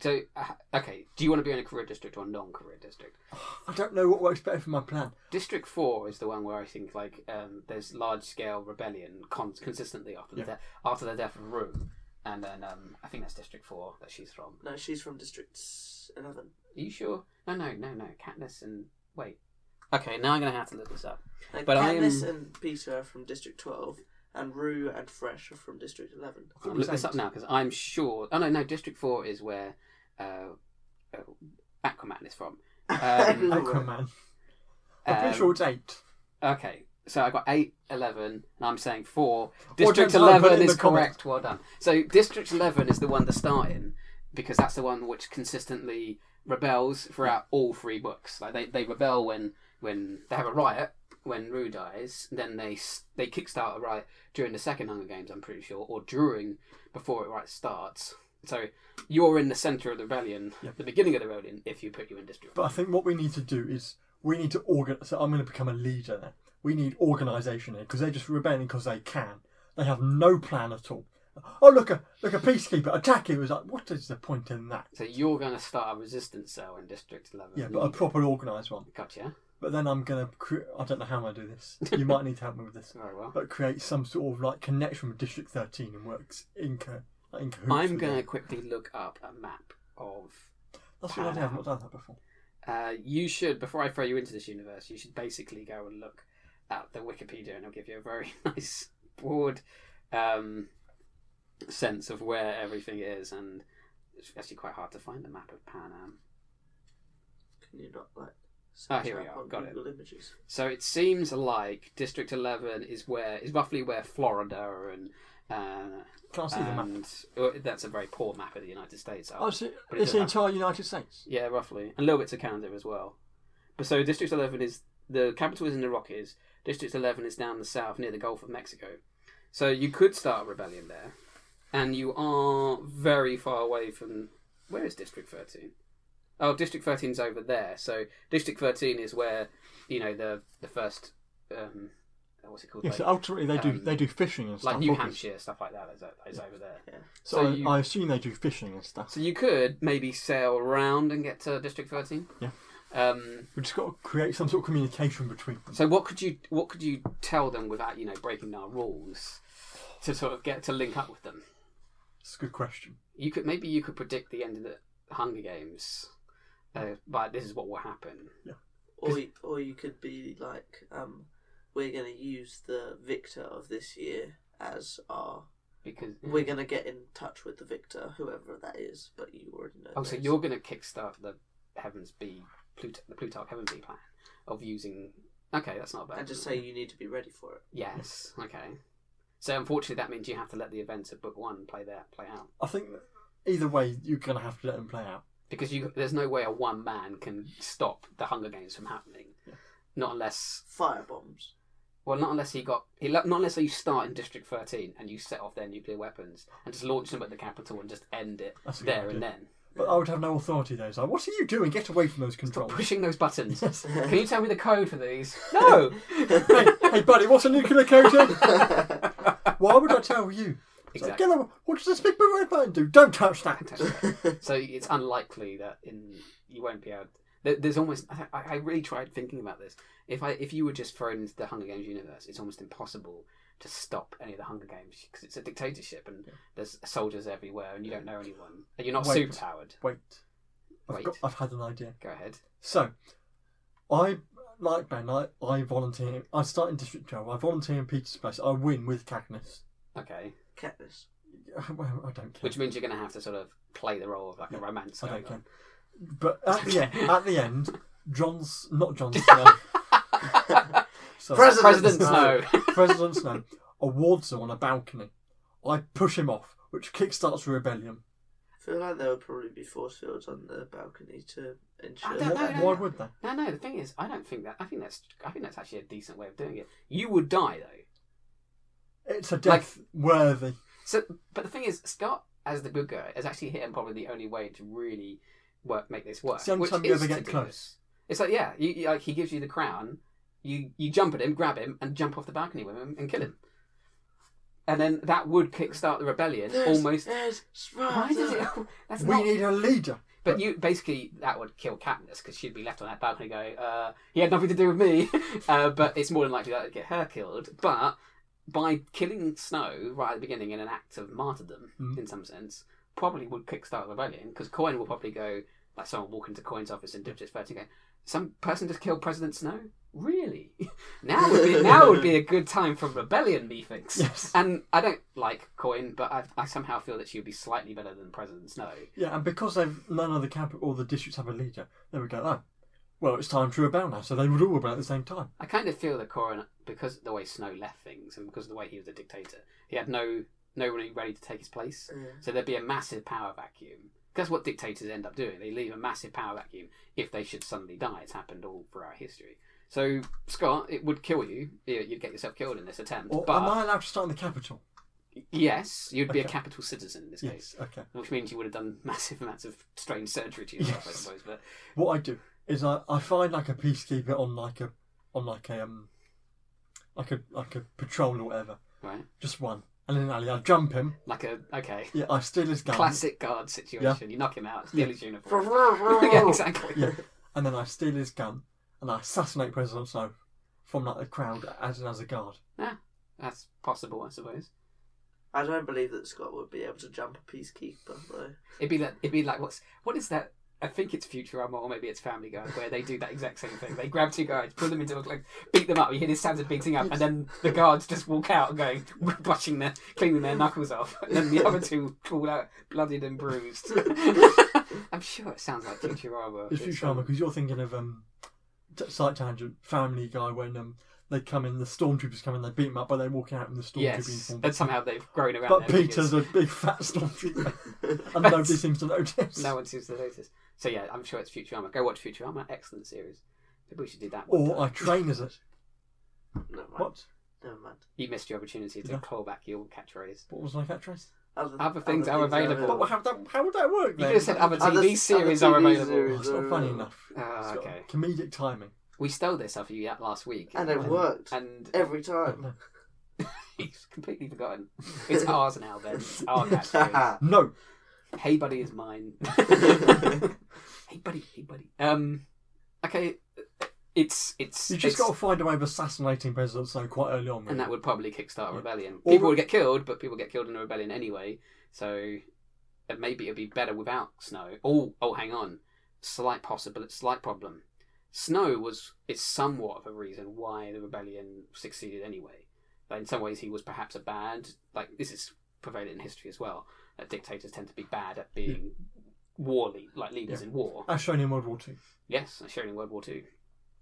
Speaker 1: So uh, okay, do you want to be in a career district or non-career district?
Speaker 3: I don't know what works better for my plan.
Speaker 1: District Four is the one where I think like um, there's large scale rebellion con- consistently after the
Speaker 3: Yeah.
Speaker 1: de- after the death of Rue, and then um, I think that's District Four that she's from.
Speaker 2: No, she's from District s- 11.
Speaker 1: Are you sure? No, no, no, no. Katniss and wait. Okay, now I'm gonna have to look this up.
Speaker 2: Like,
Speaker 1: But I
Speaker 2: Katniss
Speaker 1: am-
Speaker 2: and Peter are from District 12, and Rue and Fresh are from District 11.
Speaker 1: I'll look this up now because I'm sure. Oh no, no. District Four is where uh, uh, Aquaman is from. Um,
Speaker 3: Aquaman. I'm pretty sure it's eight.
Speaker 1: Okay, so I got 8, 11, and I'm saying 4.
Speaker 3: Well
Speaker 1: District
Speaker 3: done, Simon,
Speaker 1: 11
Speaker 3: in
Speaker 1: is
Speaker 3: the comments.
Speaker 1: correct, well done. So District 11 is the one to start in, because that's the one which consistently rebels throughout all three books. Like, they, they rebel when, when they have a riot, when Rue dies, then they s- they kickstart a riot during the second Hunger Games, I'm pretty sure, or during, before it right starts. So you're in the centre of the rebellion,
Speaker 3: Yeah.
Speaker 1: the beginning of the rebellion, if you put you in District
Speaker 3: But I think what we need to do is we need to organ. So I'm going to become a leader. Now. We need organisation here because they're just rebelling because they can. They have no plan at all. Oh look a look a peacekeeper attack! It was like what is the point in that?
Speaker 1: So you're going to start a resistance cell in District 11.
Speaker 3: Yeah, but a proper organised one.
Speaker 1: Gotcha.
Speaker 3: But then I'm gonna. Cre- I don't know how I'm gonna do this. You might need to help me with this.
Speaker 1: Very well.
Speaker 3: But create some sort of like connection with District 13 and works in co. Like in cahoots
Speaker 1: I'm
Speaker 3: with
Speaker 1: going to
Speaker 3: them.
Speaker 1: quickly look up a map of.
Speaker 3: That's what I did. I've not done that before.
Speaker 1: Uh, you should, before I throw you into this universe, you should basically go and look at the Wikipedia, and it'll give you a very nice, broad um, sense of where everything is, and it's actually quite hard to find the map of Pan Am.
Speaker 2: Can you not like?
Speaker 1: Ah,
Speaker 2: search
Speaker 1: here we
Speaker 2: up
Speaker 1: are.
Speaker 2: on
Speaker 1: Got it.
Speaker 2: Google Images.
Speaker 1: So it seems like District Eleven is where is roughly where Florida and uh,
Speaker 3: Can I see the map?
Speaker 1: and oh, that's a very poor map of the United States.
Speaker 3: I see.
Speaker 1: but it
Speaker 3: It's the
Speaker 1: doesn't
Speaker 3: entire United States.
Speaker 1: Yeah, roughly, and a little bit to Canada as well. But so District Eleven is the capital is in the Rockies. District Eleven is down the south near the Gulf of Mexico. So you could start a rebellion there, and you are very far away from where is District Thirteen? Oh, District 13's over there. So District Thirteen is where you know the the first um, what's it called?
Speaker 3: Yes,
Speaker 1: like,
Speaker 3: ultimately they do
Speaker 1: um,
Speaker 3: they do fishing and stuff.
Speaker 1: like New
Speaker 3: obviously.
Speaker 1: Hampshire stuff like that is, o- is over there.
Speaker 3: So,
Speaker 1: So
Speaker 3: I,
Speaker 1: you-
Speaker 3: I assume they do fishing and stuff.
Speaker 1: So you could maybe sail around and get to District Thirteen.
Speaker 3: Yeah.
Speaker 1: Um,
Speaker 3: We've just got to create some sort of communication between them.
Speaker 1: So what could you what could you tell them without you know breaking our rules to sort of get to link up with them?
Speaker 3: It's a good question.
Speaker 1: You could maybe you could predict the end of the Hunger Games, uh, but this is what will happen.
Speaker 2: Or you, or you could be like, um, we're gonna use the victor of this year as our.
Speaker 1: Because
Speaker 2: We're gonna get in touch with the victor, whoever that is. But you already know.
Speaker 1: oh, so
Speaker 2: those.
Speaker 1: you're going to kickstart the Heavens Bee Plut- the Plutarch Heavens Bee plan of using. Okay, that's not bad.
Speaker 2: And just say you need to be ready for it.
Speaker 1: yes. Okay. So unfortunately, that means you have to let the events of Book One play there play out
Speaker 3: I think that either way, you're going to have to let them play out.
Speaker 1: because you there's no way a one man can stop the Hunger Games from happening, not unless
Speaker 2: Fire bombs.
Speaker 1: Well, not unless he got, he, not unless you start in District 13 and you set off their nuclear weapons and just launch them at the capital and just end it
Speaker 3: That's a good
Speaker 1: there and
Speaker 3: idea.
Speaker 1: then.
Speaker 3: But I would have no authority there. So, what are you doing? Get away from those
Speaker 1: Stop
Speaker 3: controls.
Speaker 1: pushing those buttons.
Speaker 3: Yes.
Speaker 1: Can you tell me the code for these? No!
Speaker 3: hey, hey, buddy, what's a nuclear code? here? Why would I tell you? It's like,
Speaker 1: Exactly.
Speaker 3: get away. What does this big blue red button do? Don't touch that.
Speaker 1: so it's unlikely that in you won't be able. there- There's almost. I, I really tried thinking about this. If I if you were just thrown into the Hunger Games universe, it's almost impossible to stop any of the Hunger Games because it's a dictatorship and there's soldiers everywhere and you don't know anyone and you're not
Speaker 3: Wait.
Speaker 1: superpowered.
Speaker 3: Wait. I've,
Speaker 1: Wait.
Speaker 3: got, I've had an idea.
Speaker 1: Go ahead.
Speaker 3: So, I like Ben. I, I volunteer. I start in District 12. I volunteer in Peter's place. I win with Cagnus.
Speaker 1: Okay.
Speaker 2: Katniss.
Speaker 3: Well, I don't care.
Speaker 1: Which means you're going to have to sort of play the role of like a romance.
Speaker 3: I don't
Speaker 1: going
Speaker 3: care.
Speaker 1: on.
Speaker 3: But at the end, at the end, John's not John Snow. Sorry.
Speaker 1: President Snow.
Speaker 3: Snow. President Snow awards her on a balcony. I push him off, which kickstarts a rebellion.
Speaker 2: I feel like there would probably be force fields on the balcony to ensure.
Speaker 1: I
Speaker 3: Why,
Speaker 1: don't
Speaker 2: that-
Speaker 1: know.
Speaker 3: why would they?
Speaker 1: no, no. The thing is, I don't think that. I think that's. I think that's actually a decent way of doing it. You would die though.
Speaker 3: It's a death worthy.
Speaker 1: So, but the thing is, Scott as the good guy is actually here and probably the only way to really work make this work.
Speaker 3: It's the only
Speaker 1: which
Speaker 3: time you
Speaker 1: is
Speaker 3: ever
Speaker 1: to
Speaker 3: get
Speaker 1: do
Speaker 3: close.
Speaker 1: this. It's like yeah, you, you- like he gives you the crown. You you jump at him, grab him, and jump off the balcony with him and kill him. And then that would kickstart the rebellion
Speaker 2: There's-
Speaker 1: almost.
Speaker 2: There's
Speaker 1: Why does it?
Speaker 2: Sparta.
Speaker 1: That's
Speaker 3: We
Speaker 1: not
Speaker 3: need a leader.
Speaker 1: But you basically that would kill Katniss because she'd be left on that balcony going, uh, "He had nothing to do with me." uh, but it's more than likely that would get her killed. But by killing Snow right at the beginning in an act of martyrdom,
Speaker 3: Mm.
Speaker 1: in some sense, probably would kickstart the rebellion because Coin will probably go like someone walk into Coin's office in District Thirteen, going, "Some person just killed President Snow." Really? now would be now would be a good time for rebellion, methinks.
Speaker 3: Yes.
Speaker 1: And I don't like Coin, but I, I somehow feel that she would be slightly better than President Snow.
Speaker 3: Yeah, and because they've none of the capital or the districts have a leader, they would go, oh, well, it's time to rebel now. So they would all rebel at the same time.
Speaker 1: I kind of feel that Corin, because of the way Snow left things and because of the way he was a dictator, he had no nobody ready to take his place.
Speaker 2: Yeah.
Speaker 1: So there'd be a massive power vacuum. That's what dictators end up doing. They leave a massive power vacuum if they should suddenly die. It's happened all throughout history. So Scott, it would kill you. You- You'd get yourself killed in this attempt.
Speaker 3: Or
Speaker 1: but
Speaker 3: am I allowed to start in the capital?
Speaker 1: yes, you'd be a
Speaker 3: Okay.
Speaker 1: capital citizen in this case,
Speaker 3: Yes. Okay.
Speaker 1: which means you would have done massive amounts of strange surgery to yourself, I
Speaker 3: Yes.
Speaker 1: suppose. But
Speaker 3: What I do is I, I find like a peacekeeper on like a on like a um like a like a patrol or whatever,
Speaker 1: right,
Speaker 3: just one, and then Ali, I jump him.
Speaker 1: like a okay
Speaker 3: Yeah, I steal his gun.
Speaker 1: classic guard situation. You knock him out, steal
Speaker 3: Yeah.
Speaker 1: his uniform.
Speaker 2: Oh.
Speaker 1: yeah, exactly.
Speaker 3: Yeah, and then I steal his gun and I assassinate President Snow from like the crowd as as a guard.
Speaker 1: That's possible, I suppose.
Speaker 2: I don't believe that Scott would be able to jump a peacekeeper though.
Speaker 1: It'd be like it'd be like what's what is that I think it's Futurama or maybe it's Family Guy where they do that exact same thing. They grab two guys, pull them into a like, beat them up. You hear this sound of beating up, and then the guards just walk out and going brushing their cleaning their knuckles off, and then the other two crawl out bloodied and bruised. I'm sure it sounds like Futurama.
Speaker 3: It's
Speaker 1: um,
Speaker 3: Futurama because you're thinking of um, t- slight tangent, Family Guy when um they come in, the stormtroopers come in, they beat them up, but they're walking out in the stormtrooper
Speaker 1: Yes,
Speaker 3: uniform.
Speaker 1: and somehow they've grown around.
Speaker 3: But
Speaker 1: their fingers.
Speaker 3: Peter's a big fat stormtrooper, and nobody seems to notice.
Speaker 1: No one seems to notice. So yeah, I'm sure it's Futurama. Go watch Futurama. Excellent series. Maybe we should do that. one
Speaker 3: Or I
Speaker 1: time.
Speaker 3: train as it.
Speaker 2: Never mind.
Speaker 3: What?
Speaker 2: Never mind.
Speaker 1: you missed your opportunity to
Speaker 3: Yeah.
Speaker 1: call back your catchphrase.
Speaker 3: What was my catchphrase?
Speaker 1: Other things are available.
Speaker 3: But how would that, how would that work
Speaker 1: You
Speaker 3: then?
Speaker 1: could have said other
Speaker 2: Other-
Speaker 1: TV series
Speaker 2: other
Speaker 1: are
Speaker 2: TV
Speaker 1: available.
Speaker 3: Oh,
Speaker 2: series.
Speaker 3: it's not funny enough.
Speaker 1: Ah,
Speaker 3: It's got
Speaker 1: okay.
Speaker 3: Comedic timing.
Speaker 1: We stole this off you that last week,
Speaker 2: And it
Speaker 3: Wow.
Speaker 2: worked
Speaker 1: and
Speaker 2: every time.
Speaker 1: he's completely forgotten. It's ours now, Ben. It's our catchphrase.
Speaker 3: No.
Speaker 1: hey, buddy, is mine. hey, buddy. Hey, buddy. Um. Okay. It's it's
Speaker 3: You just
Speaker 1: it's-
Speaker 3: got to find a way of assassinating presidents so quite early on.
Speaker 1: and
Speaker 3: really.
Speaker 1: that would probably kickstart a
Speaker 3: Yeah.
Speaker 1: rebellion.
Speaker 3: Or-
Speaker 1: people would get killed, but people get killed in a rebellion anyway. So uh, maybe it'd be better without snow. Oh, oh, hang on. Slight possible, slight problem. Snow was is somewhat of a reason why the rebellion succeeded anyway. But in some ways, he was perhaps a bad. Like this is prevalent in history as well. That dictators tend to be bad at being war lead, like leaders in war.
Speaker 3: As shown in World War Two.
Speaker 1: Yes, as shown in World War Two.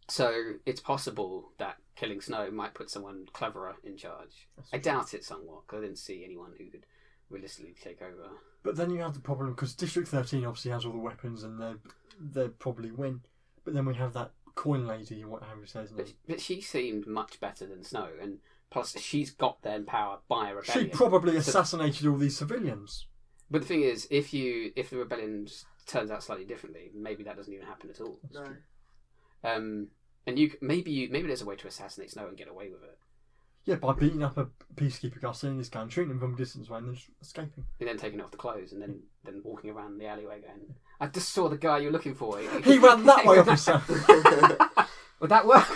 Speaker 1: So it's possible that killing Snow might put someone cleverer in charge. I doubt it somewhat because I didn't see anyone who could realistically take over.
Speaker 3: But then you have the problem because District 13 obviously has all the weapons and they they probably win. But then we have that coin lady and what have you says.
Speaker 1: But, but she seemed much better than Snow, and plus she's got their power by a
Speaker 3: She
Speaker 1: rebellion.
Speaker 3: probably
Speaker 1: So-
Speaker 3: assassinated all these civilians.
Speaker 1: but the thing is, if you if the rebellion turns out slightly differently, maybe that doesn't even happen at all.
Speaker 2: No.
Speaker 1: Um, and you c- maybe you maybe there's a way to assassinate Snow and get away with it,
Speaker 3: Yeah, by beating up a peacekeeper guy, sending his gun, shooting him from a distance away, and then just escaping.
Speaker 1: and then taking off the clothes, and then then walking around the alleyway going, "I just saw the guy you're looking for."
Speaker 3: He ran that way, officer.
Speaker 1: Would that work?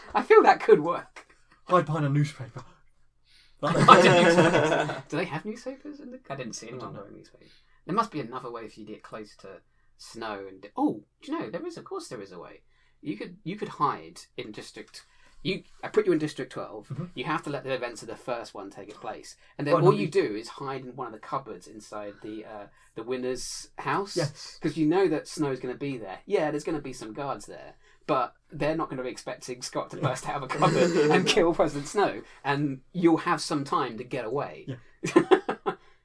Speaker 1: I feel that could work.
Speaker 3: Hide behind a newspaper.
Speaker 1: I didn't expect- Do they have newspapers? In the... I didn't see
Speaker 3: don't
Speaker 1: anyone
Speaker 3: know.
Speaker 1: wearing newspapers. There must be another way if you get close to snow and oh, do you know there is? Of course, there is a way. You could you could hide in district. You, I put you in District 12 You have to let the events of the first one take place, and then
Speaker 3: Mm-hmm. Oh, no,
Speaker 1: all
Speaker 3: you-
Speaker 1: you do is hide in one of the cupboards inside the uh, the winner's house.
Speaker 3: Yes.
Speaker 1: because you know that Snow's going to be there. Yeah, there's going to be some guards there, but they're not going to be expecting Scott to burst out of a cupboard and kill President Snow, and you'll have some time to get away.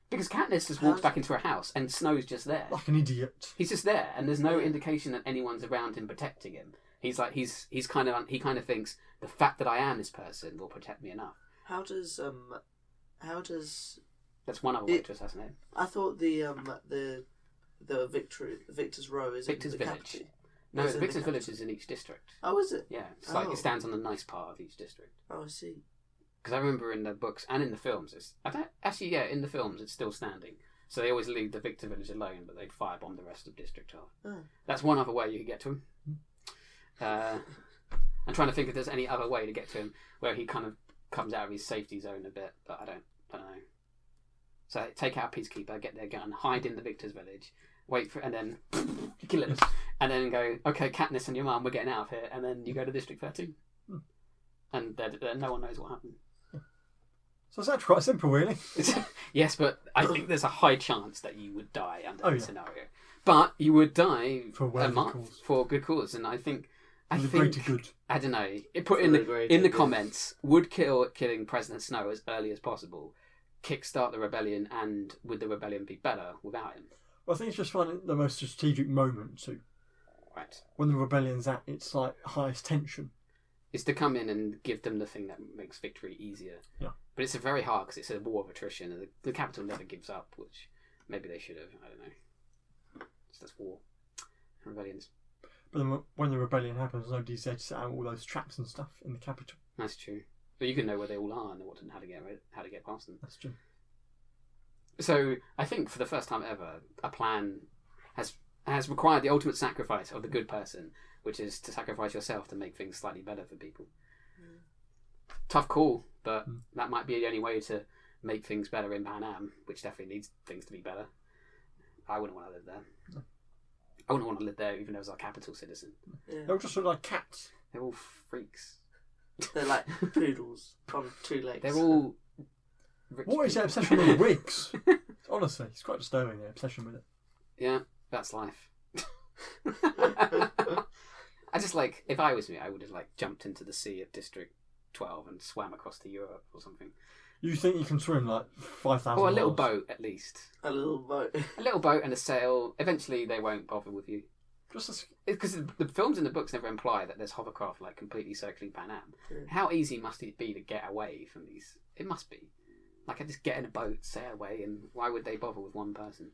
Speaker 1: because Katniss just walks back into her house, and Snow's just there.
Speaker 3: Like an idiot.
Speaker 1: He's just there, and there's no indication that anyone's around him protecting him. He's like he's he's kind of he kind of thinks the fact that I am this person will protect me enough.
Speaker 2: How does um, how does
Speaker 1: That's one other way
Speaker 2: It-
Speaker 1: to assassinate him.
Speaker 2: I thought the um the the victory the victor's row is
Speaker 1: Victor's
Speaker 2: in the
Speaker 1: Village.
Speaker 2: capital.
Speaker 1: No,
Speaker 2: Is it the
Speaker 1: Victor's
Speaker 2: capital?
Speaker 1: Village is in each district.
Speaker 2: Oh, is it?
Speaker 1: Yeah, it's like
Speaker 2: Oh.
Speaker 1: it stands on the nice part of each district.
Speaker 2: Oh, I see.
Speaker 1: because I remember in the books and in the films, it's I don't actually yeah in the films it's still standing. So they always leave the Victor Village alone, but they firebomb the rest of District Twelve.
Speaker 2: Oh.
Speaker 1: That's one other way you could get to him. Uh, I'm trying to think if there's any other way to get to him where he kind of comes out of his safety zone a bit, but I don't, I don't know. So take out a peacekeeper, get their gun, hide in the Victor's Village, wait for, and then kill him, and then go okay, Katniss and your mum, we're getting out of here, and then you go to District Thirteen, and there, there, no one knows what happened.
Speaker 3: So it's actually quite simple, really.
Speaker 1: yes, but I think there's a high chance that you would die under
Speaker 3: Oh,
Speaker 1: that
Speaker 3: yeah.
Speaker 1: scenario. But you would die
Speaker 3: For
Speaker 1: a
Speaker 3: worthy
Speaker 1: month
Speaker 3: cause.
Speaker 1: for a good cause, and I think I
Speaker 3: For the
Speaker 1: think
Speaker 3: greater good.
Speaker 1: I don't know. It put
Speaker 2: For
Speaker 1: in
Speaker 2: the
Speaker 1: the,
Speaker 2: greater
Speaker 1: in the
Speaker 2: good.
Speaker 1: comments would kill killing President Snow as early as possible, kickstart the rebellion, and would the rebellion be better without him?
Speaker 3: Well, I think it's just finding the most strategic moment to
Speaker 1: Right,
Speaker 3: when the rebellion's at its like highest tension.
Speaker 1: is to come in and give them the thing that makes victory easier.
Speaker 3: Yeah.
Speaker 1: But it's a very hard because it's a war of attrition, and the, the capital never gives up, which maybe they should have. I don't know. It's just war. Rebellions.
Speaker 3: But then wh- when the rebellion happens, nobody's there to set out all those traps and stuff in the capital.
Speaker 1: That's true. But you can know where they all are and what and how to get rid- how to get past them.
Speaker 3: That's true.
Speaker 1: So I think for the first time ever, a plan has has required the ultimate sacrifice of the good person, which is to sacrifice yourself to make things slightly better for people.
Speaker 2: Mm.
Speaker 1: Tough call, but
Speaker 3: Mm.
Speaker 1: that might be the only way to make things better in Pan Am, which definitely needs things to be better. I wouldn't want to live there. I wouldn't want to live there, even though I was a capital citizen.
Speaker 2: Yeah.
Speaker 3: They're all just sort of like cats.
Speaker 1: They're all freaks.
Speaker 2: They're like poodles on two legs.
Speaker 1: They're all. Rich
Speaker 3: What
Speaker 1: people.
Speaker 3: is their obsession with wigs? Honestly, it's quite disturbing. Their obsession with it.
Speaker 1: Yeah, that's life. I just like if I was me, I would have like jumped into the sea of District Twelve and swam across to Europe or something,
Speaker 3: You think you can swim like five thousand?
Speaker 1: or Oh, a little boat at least.
Speaker 2: a little boat.
Speaker 1: A little boat and a sail. Eventually, they won't bother with you
Speaker 3: Just as
Speaker 1: because the films and the books never imply that there's hovercraft like completely circling Pan Am.
Speaker 2: Yeah.
Speaker 1: How easy must it be to get away from these? It must be. Like I just get in a boat, sail away, and why would they bother with one person?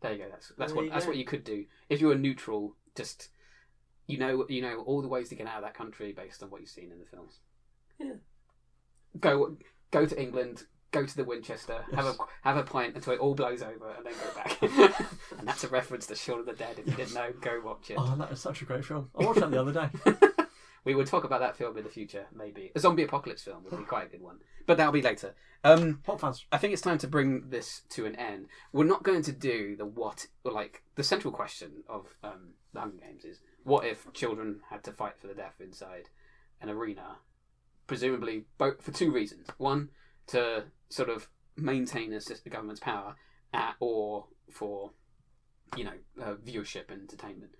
Speaker 1: There you go. That's that's
Speaker 2: There
Speaker 1: what
Speaker 2: you
Speaker 1: that's
Speaker 2: go.
Speaker 1: what you could do if you were neutral. Just you know you know all the ways to get out of that country based on what you've seen in the films.
Speaker 2: Yeah.
Speaker 1: Go go to England. Go to the Winchester. Have
Speaker 3: Yes.
Speaker 1: a have a pint until it all blows over, and then go back. and that's a reference to Shaun of the Dead. If you didn't know, go watch it.
Speaker 3: oh, that is such a great film. I watched that the other day.
Speaker 1: we will talk about that film in the future, maybe. A zombie apocalypse film would be quite a good one, but that'll be later. Um,
Speaker 3: Hot fans.
Speaker 1: I think it's time to bring this to an end. We're not going to do the what, or like the central question of um, the Hunger Games is what if children had to fight for the death inside an arena, presumably both for two reasons. One, to sort of maintain a system, the government's power, uh, or for you know uh, viewership and entertainment.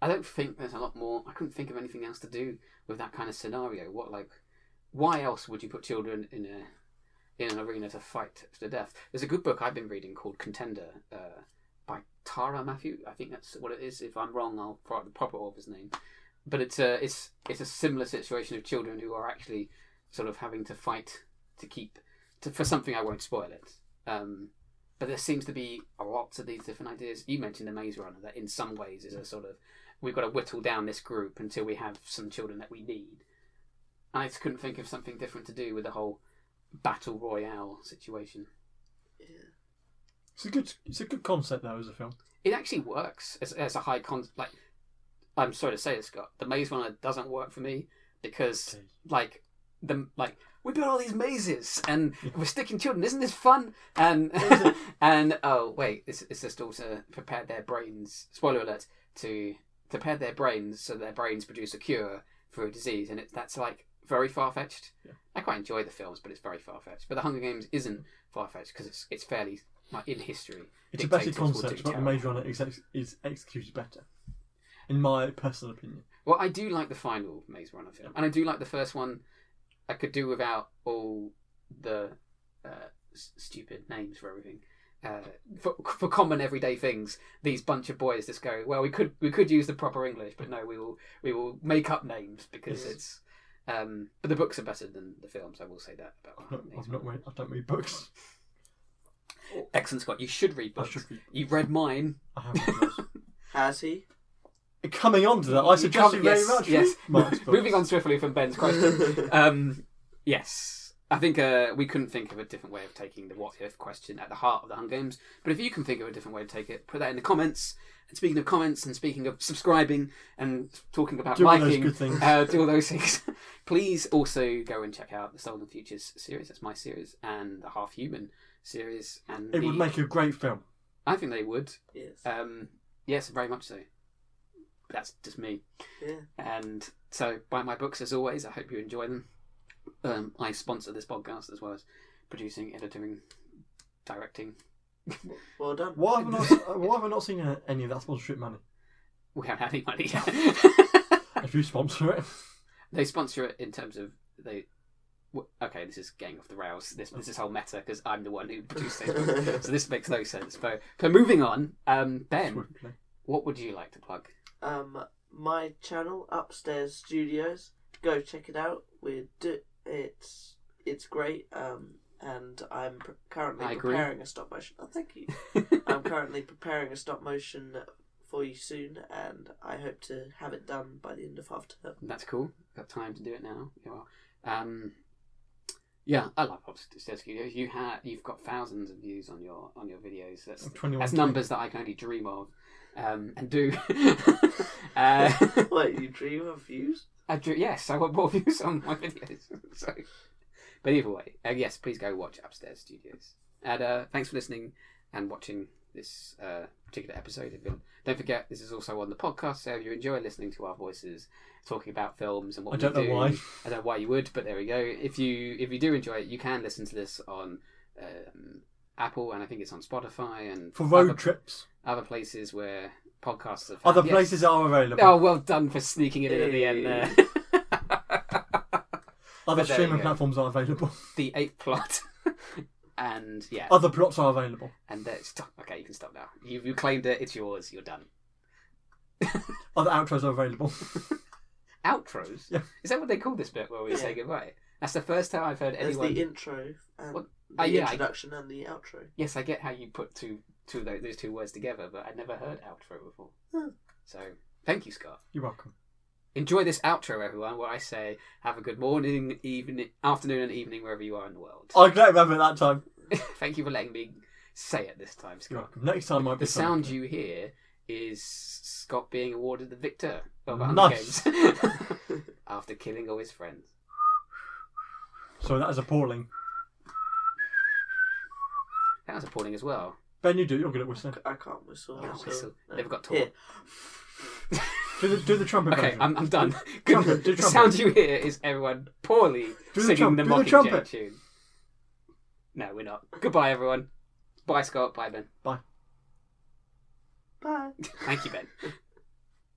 Speaker 1: I don't think there's a lot more. I couldn't think of anything else to do with that kind of scenario. What like, why else would you put children in a in an arena to fight to the death. There's a good book I've been reading called Contender uh, by Tara Matthew. I think that's what it is. If I'm wrong, I'll throw out the proper author's name. But it's a it's it's a similar situation of children who are actually sort of having to fight to keep to, for something. I won't spoil it. Um, but there seems to be a lot of these different ideas. You mentioned the Maze Runner. That in some ways is a sort of we've got to whittle down this group until we have some children that we need. I just couldn't think of something different to do with the whole battle royale situation.
Speaker 3: It's a good. It's a good concept though as a film.
Speaker 1: It actually works as, as a high con. Like, I'm sorry to say this, Scott. The maze runner doesn't work for me because, like, the like we built all these mazes and we're sticking children. Isn't this fun? And and oh wait, it's it's just also prepared their brains. Spoiler alert to prepare their brains so their brains produce a cure for a disease, and it, that's like very far fetched.
Speaker 3: Yeah.
Speaker 1: I quite enjoy the films, but it's very far fetched. But the Hunger Games isn't far fetched because it's it's fairly like in history.
Speaker 3: It's a better
Speaker 1: dictators will
Speaker 3: concept,
Speaker 1: do
Speaker 3: but the
Speaker 1: terrible
Speaker 3: Maze Runner is, ex- is executed better, in my personal opinion.
Speaker 1: Well, I do like the final Maze Runner film, and I do like the first one. I could do without all the uh, s- stupid names for everything. Uh, for, for common everyday things, these bunch of boys just go. Well, we could we could use the proper English, but no, we will we will make up names because
Speaker 3: Yes.
Speaker 1: it's. Um, but the books are better than the films. I will say that about.
Speaker 3: I've not,
Speaker 1: Maze
Speaker 3: I've
Speaker 1: Runner.
Speaker 3: not read. I don't read books.
Speaker 1: Excellent, Scott. You should read
Speaker 3: I
Speaker 1: books.
Speaker 3: should read.
Speaker 1: You read mine.
Speaker 3: I have read books.
Speaker 2: Has he?
Speaker 3: Coming on to that,
Speaker 1: You
Speaker 3: I suggest
Speaker 1: come-
Speaker 3: you very
Speaker 1: yes,
Speaker 3: much.
Speaker 1: yes.
Speaker 3: read Mark's books.
Speaker 1: Moving on swiftly from Ben's question. um, yes, I think uh, we couldn't think of a different way of taking the what if question at the heart of the Hunger Games. But if you can think of a different way to take it, put that in the comments. And speaking of comments, and speaking of subscribing, and talking about
Speaker 3: Do all those
Speaker 1: liking,
Speaker 3: good things.
Speaker 1: uh, do all those things. Please also go and check out the Stolen Futures series. That's my series and the Half Human series. And
Speaker 3: It
Speaker 1: the-
Speaker 3: would make a great film.
Speaker 1: I think they would.
Speaker 2: Yes.
Speaker 1: Um, yes, very much so. That's just me.
Speaker 2: yeah.
Speaker 1: And so, buy my books as always. I hope you enjoy them. Um, I sponsor this podcast as well as producing, editing, directing.
Speaker 2: Well done.
Speaker 3: Why have I not? uh, Why have I not seen uh, any of that sponsorship money?
Speaker 1: We haven't had any money yet.
Speaker 3: If you sponsor it,
Speaker 1: they sponsor it in terms of they. w- Okay, this is getting off the rails. This this is whole meta because I'm the one who produced these books, so this makes no sense. But but moving on, um, Ben,
Speaker 3: swiftly.
Speaker 1: what would you like to plug?
Speaker 2: um my channel upstairs studios go check it out we're do- it's it's great um and i'm pr- currently
Speaker 1: I agree.
Speaker 2: preparing a stop motion oh, thank you i'm currently preparing a stop motion for you soon and i hope to have it done by the end of half term
Speaker 1: That's cool. Got time to do it now. You are. Um, yeah, I love Upstairs Studios. You ha- you've got thousands of views on your on your videos. That's
Speaker 3: Twenty-one.
Speaker 1: that's
Speaker 3: K.
Speaker 1: numbers that I can only dream of um, and do. uh,
Speaker 2: wait you dream of views
Speaker 1: I drew, yes, I want more views on my videos. so, but either way, uh, yes, please go watch Upstairs Studios. And uh, thanks for listening and watching this uh, particular episode have been. Don't forget, this is also on the podcast, so if you enjoy listening to our voices talking about films and what
Speaker 3: I don't
Speaker 1: we
Speaker 3: know
Speaker 1: do,
Speaker 3: why.
Speaker 1: I don't know why you would, but there we go. If you if you do enjoy it, you can listen to this on um, Apple, and I think it's on Spotify and
Speaker 3: For road
Speaker 1: other,
Speaker 3: trips,
Speaker 1: other places where podcasts are. Found.
Speaker 3: other
Speaker 1: Yes.
Speaker 3: places are available.
Speaker 1: Oh, well done for sneaking it in at the end there.
Speaker 3: other
Speaker 1: but there
Speaker 3: streaming
Speaker 1: you go.
Speaker 3: platforms are available.
Speaker 1: the ape plot, and yeah,
Speaker 3: Other plots are available.
Speaker 1: and that's stop. Okay, you can stop now. You you claimed it. It's yours. You're done.
Speaker 3: Other outros are available.
Speaker 1: Outros.
Speaker 3: Yeah.
Speaker 1: Is that what they call this bit where we say
Speaker 2: Yeah.
Speaker 1: goodbye? That's the first time I've heard
Speaker 2: There's
Speaker 1: anyone.
Speaker 2: the intro and
Speaker 1: What?
Speaker 2: the
Speaker 1: Ah, yeah, I-
Speaker 2: introduction and the outro.
Speaker 1: Yes, I get how you put two two of tho- those two words together, but I'd never heard outro before.
Speaker 2: Hmm.
Speaker 1: So thank you, Scott.
Speaker 3: You're welcome.
Speaker 1: Enjoy this outro, everyone. Where I say, have a good morning, evening, afternoon, and evening wherever you are in the world.
Speaker 3: I don't remember that time.
Speaker 1: thank you for letting me say it this time,
Speaker 3: You're
Speaker 1: Scott.
Speaker 3: welcome. Next time might
Speaker 1: The
Speaker 3: be
Speaker 1: sound
Speaker 3: something.
Speaker 1: you hear is Scott being awarded the victor of Hunger
Speaker 3: Nice.
Speaker 1: Games after killing all his friends.
Speaker 3: So that is appalling.
Speaker 1: That was appalling as well.
Speaker 3: Ben, you do. You're good at whistling.
Speaker 2: I can't whistle.
Speaker 1: Can't
Speaker 2: so-
Speaker 1: whistle.
Speaker 2: no.
Speaker 1: Never got taught.
Speaker 2: Here.
Speaker 3: Do the, do the trumpet
Speaker 1: Okay,
Speaker 3: version.
Speaker 1: I'm, I'm done. Good.
Speaker 3: Trumpet, do
Speaker 1: the
Speaker 3: trumpet.
Speaker 1: sound you hear is everyone poorly
Speaker 3: the
Speaker 1: singing
Speaker 3: trump-
Speaker 1: the
Speaker 3: do the
Speaker 1: Mockingjay
Speaker 3: trumpet.
Speaker 1: tune. No, we're not. Goodbye, everyone. Bye, Scott. Bye, Ben.
Speaker 3: Bye.
Speaker 2: Bye.
Speaker 1: Thank you, Ben.